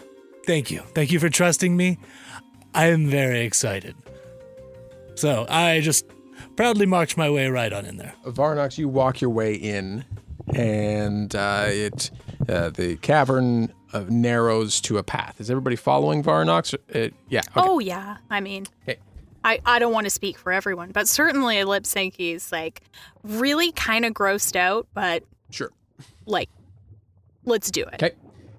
[SPEAKER 8] Thank you. Thank you for trusting me. I am very excited. So I just proudly marched my way right on in there.
[SPEAKER 3] Varnox, you walk your way in, and uh, it uh, the cavern uh, narrows to a path. Is everybody following Varnox? Uh, yeah. Okay.
[SPEAKER 5] Oh yeah. I mean,
[SPEAKER 3] Okay.
[SPEAKER 5] I, I don't want to speak for everyone, but certainly Lipsinky is like really kind of grossed out, but
[SPEAKER 3] sure.
[SPEAKER 5] Like, let's do it.
[SPEAKER 3] Okay.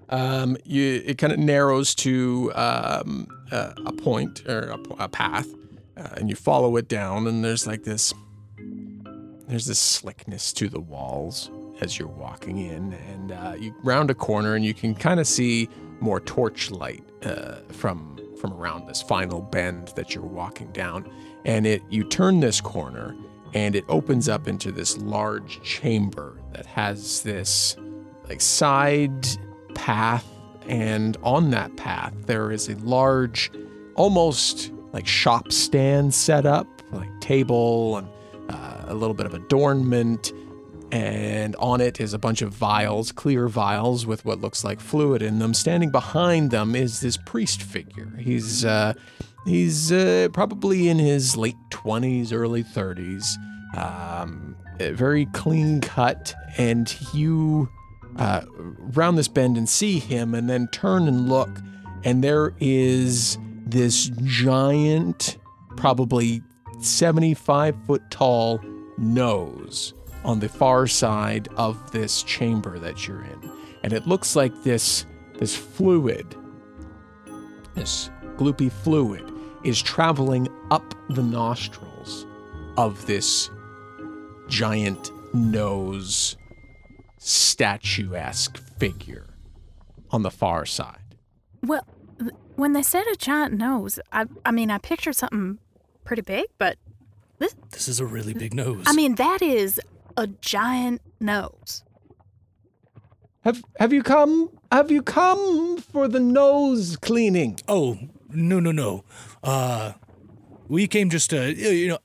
[SPEAKER 3] Um, you, it kind of narrows to um, uh, a point or a, p- a path, uh, and you follow it down, and there's like this, there's this slickness to the walls as you're walking in, and uh, you round a corner, and you can kind of see more torchlight uh, from from around this final bend that you're walking down, and it you turn this corner, and it opens up into this large chamber that has this like side path and on that path there is a large almost like shop stand set up like table and uh, a little bit of adornment and on it is a bunch of vials clear vials with what looks like fluid in them standing behind them is this priest figure he's uh, he's uh, probably in his late 20s early 30s um, uh, very clean cut and you uh, round this bend and see him, and then turn and look, and there is this giant, probably 75 foot tall nose on the far side of this chamber that you're in, and it looks like this this fluid, this gloopy fluid, is traveling up the nostrils of this giant nose statuesque figure on the far side.
[SPEAKER 5] Well, th- when they said a giant nose, I I mean, I pictured something pretty big, but
[SPEAKER 8] This is a really big nose.
[SPEAKER 5] I mean, that is a giant nose.
[SPEAKER 3] Have have you come? Have you come for the nose cleaning?
[SPEAKER 8] Oh, no, no, no. Uh, we came just to, you know,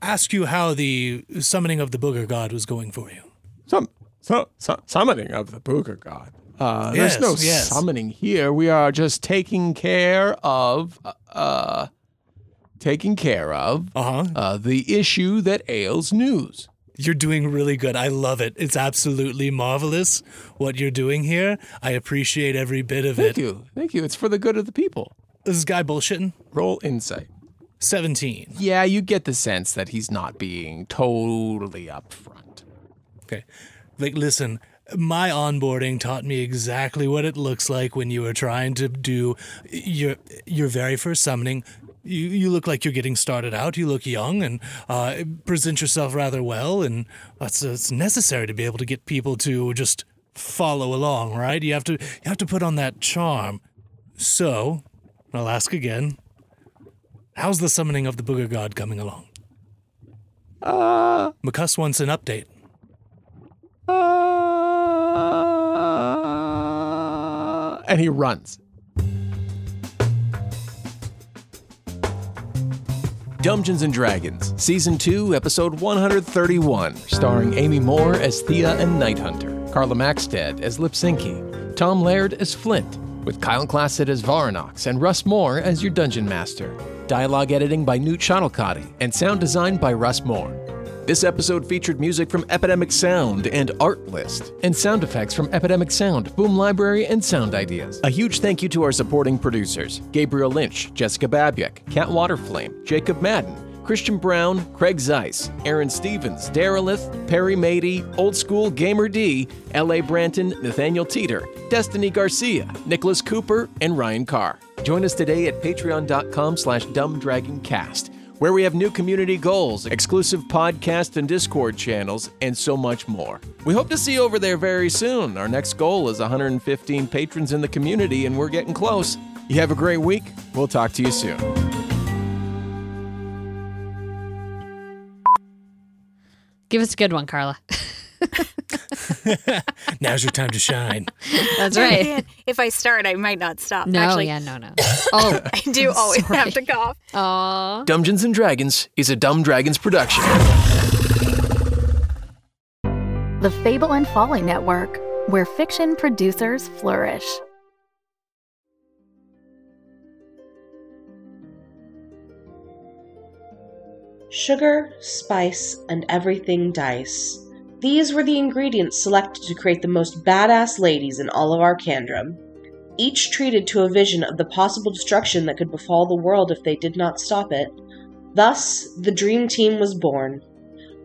[SPEAKER 8] ask you how the summoning of the booger god was going for you.
[SPEAKER 3] Some, so, so, summoning of the Booger God. Uh,
[SPEAKER 8] Yes,
[SPEAKER 3] there's no
[SPEAKER 8] yes.
[SPEAKER 3] summoning here. We are just taking care of, uh, taking care of uh,
[SPEAKER 8] uh-huh.
[SPEAKER 3] the issue that ails news.
[SPEAKER 8] You're doing really good. I love it. It's absolutely marvelous what you're doing here. I appreciate every bit of it.
[SPEAKER 3] Thank you. Thank you. It's for the good of the people.
[SPEAKER 8] Is this guy bullshitting?
[SPEAKER 3] Roll insight.
[SPEAKER 8] 17.
[SPEAKER 3] Yeah, you get the sense that he's not being totally upfront.
[SPEAKER 8] Okay. Like, listen, my onboarding taught me exactly what it looks like when you are trying to do your your very first summoning. You, you look like you're getting started out. You look young and uh, present yourself rather well, and that's it's necessary to be able to get people to just follow along, right? You have to you have to put on that charm. So, I'll ask again: How's the summoning of the booger god coming along?
[SPEAKER 3] Uh,
[SPEAKER 8] McCuss wants an update.
[SPEAKER 3] Uh, and he runs. Dungeons and Dragons, Season 2, Episode 131, starring Amy Moore as Thea and Night Hunter, Carla Maxted as Lipsinki, Tom Laird as Flint, with Kyle Classett as Varanox and Russ Moore as your Dungeon Master. Dialogue editing by Newt Shottlecotti and sound design by Russ Moore. This episode featured music from Epidemic Sound and Artlist, and sound effects from Epidemic Sound, Boom Library, and Sound Ideas. A huge thank you to our supporting producers Gabriel Lynch, Jessica Babiak, Kat Waterflame, Jacob Madden, Christian Brown, Craig Zeiss, Aaron Stevens, Darylith, Perry Mady, Old School Gamer D, L.A. Branton, Nathaniel Teeter, Destiny Garcia, Nicholas Cooper, and Ryan Carr. Join us today at patreon.com slash dumbdragoncast, where we have new community goals, exclusive podcast and Discord channels, and so much more. We hope to see you over there very soon. Our next goal is 115 patrons in the community, and we're getting close. You have a great week. We'll talk to you soon.
[SPEAKER 7] Give us a good one, Carla.
[SPEAKER 8] Now's your time to shine.
[SPEAKER 7] [LAUGHS] That's right.
[SPEAKER 5] [LAUGHS]
[SPEAKER 12] If I start, I might not stop.
[SPEAKER 7] No,
[SPEAKER 12] Actually,
[SPEAKER 7] yeah, no, no. Oh,
[SPEAKER 12] I do always have to cough.
[SPEAKER 7] Aww.
[SPEAKER 3] Dungeons and Dragons is a Dumb Dragons production.
[SPEAKER 5] The Fable and Folly Network, where fiction producers flourish.
[SPEAKER 10] Sugar, spice, and everything dice. These were the ingredients selected to create the most badass ladies in all of Arcandrum, each treated to a vision of the possible destruction that could befall the world if they did not stop it. Thus, the dream team was born.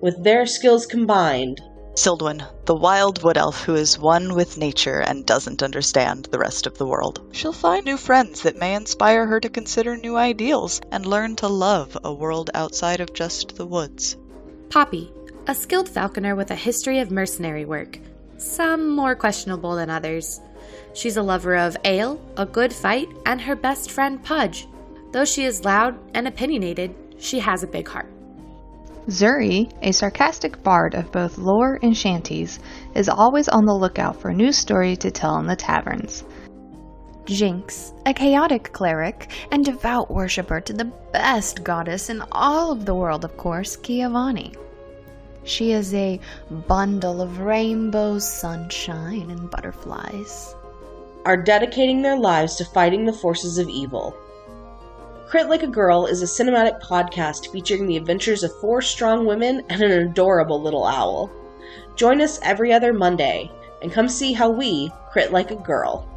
[SPEAKER 10] With their skills combined,
[SPEAKER 9] Sildwin, the wild wood elf who is one with nature and doesn't understand the rest of the world. She'll find new friends that may inspire her to consider new ideals and learn to love a world outside of just the woods.
[SPEAKER 13] Poppy, a skilled falconer with a history of mercenary work, some more questionable than others. She's a lover of ale, a good fight, and her best friend Pudge. Though she is loud and opinionated, she has a big heart.
[SPEAKER 14] Zuri, a sarcastic bard of both lore and shanties, is always on the lookout for a new story to tell in the taverns. Jinx, a chaotic cleric and devout worshipper to the best goddess in all of the world, of course, Giovanni. She is a bundle of rainbows, sunshine, and butterflies.
[SPEAKER 10] are dedicating their lives to fighting the forces of evil. Crit Like a Girl is a cinematic podcast featuring the adventures of four strong women and an adorable little owl. Join us every other Monday and come see how we crit like a girl.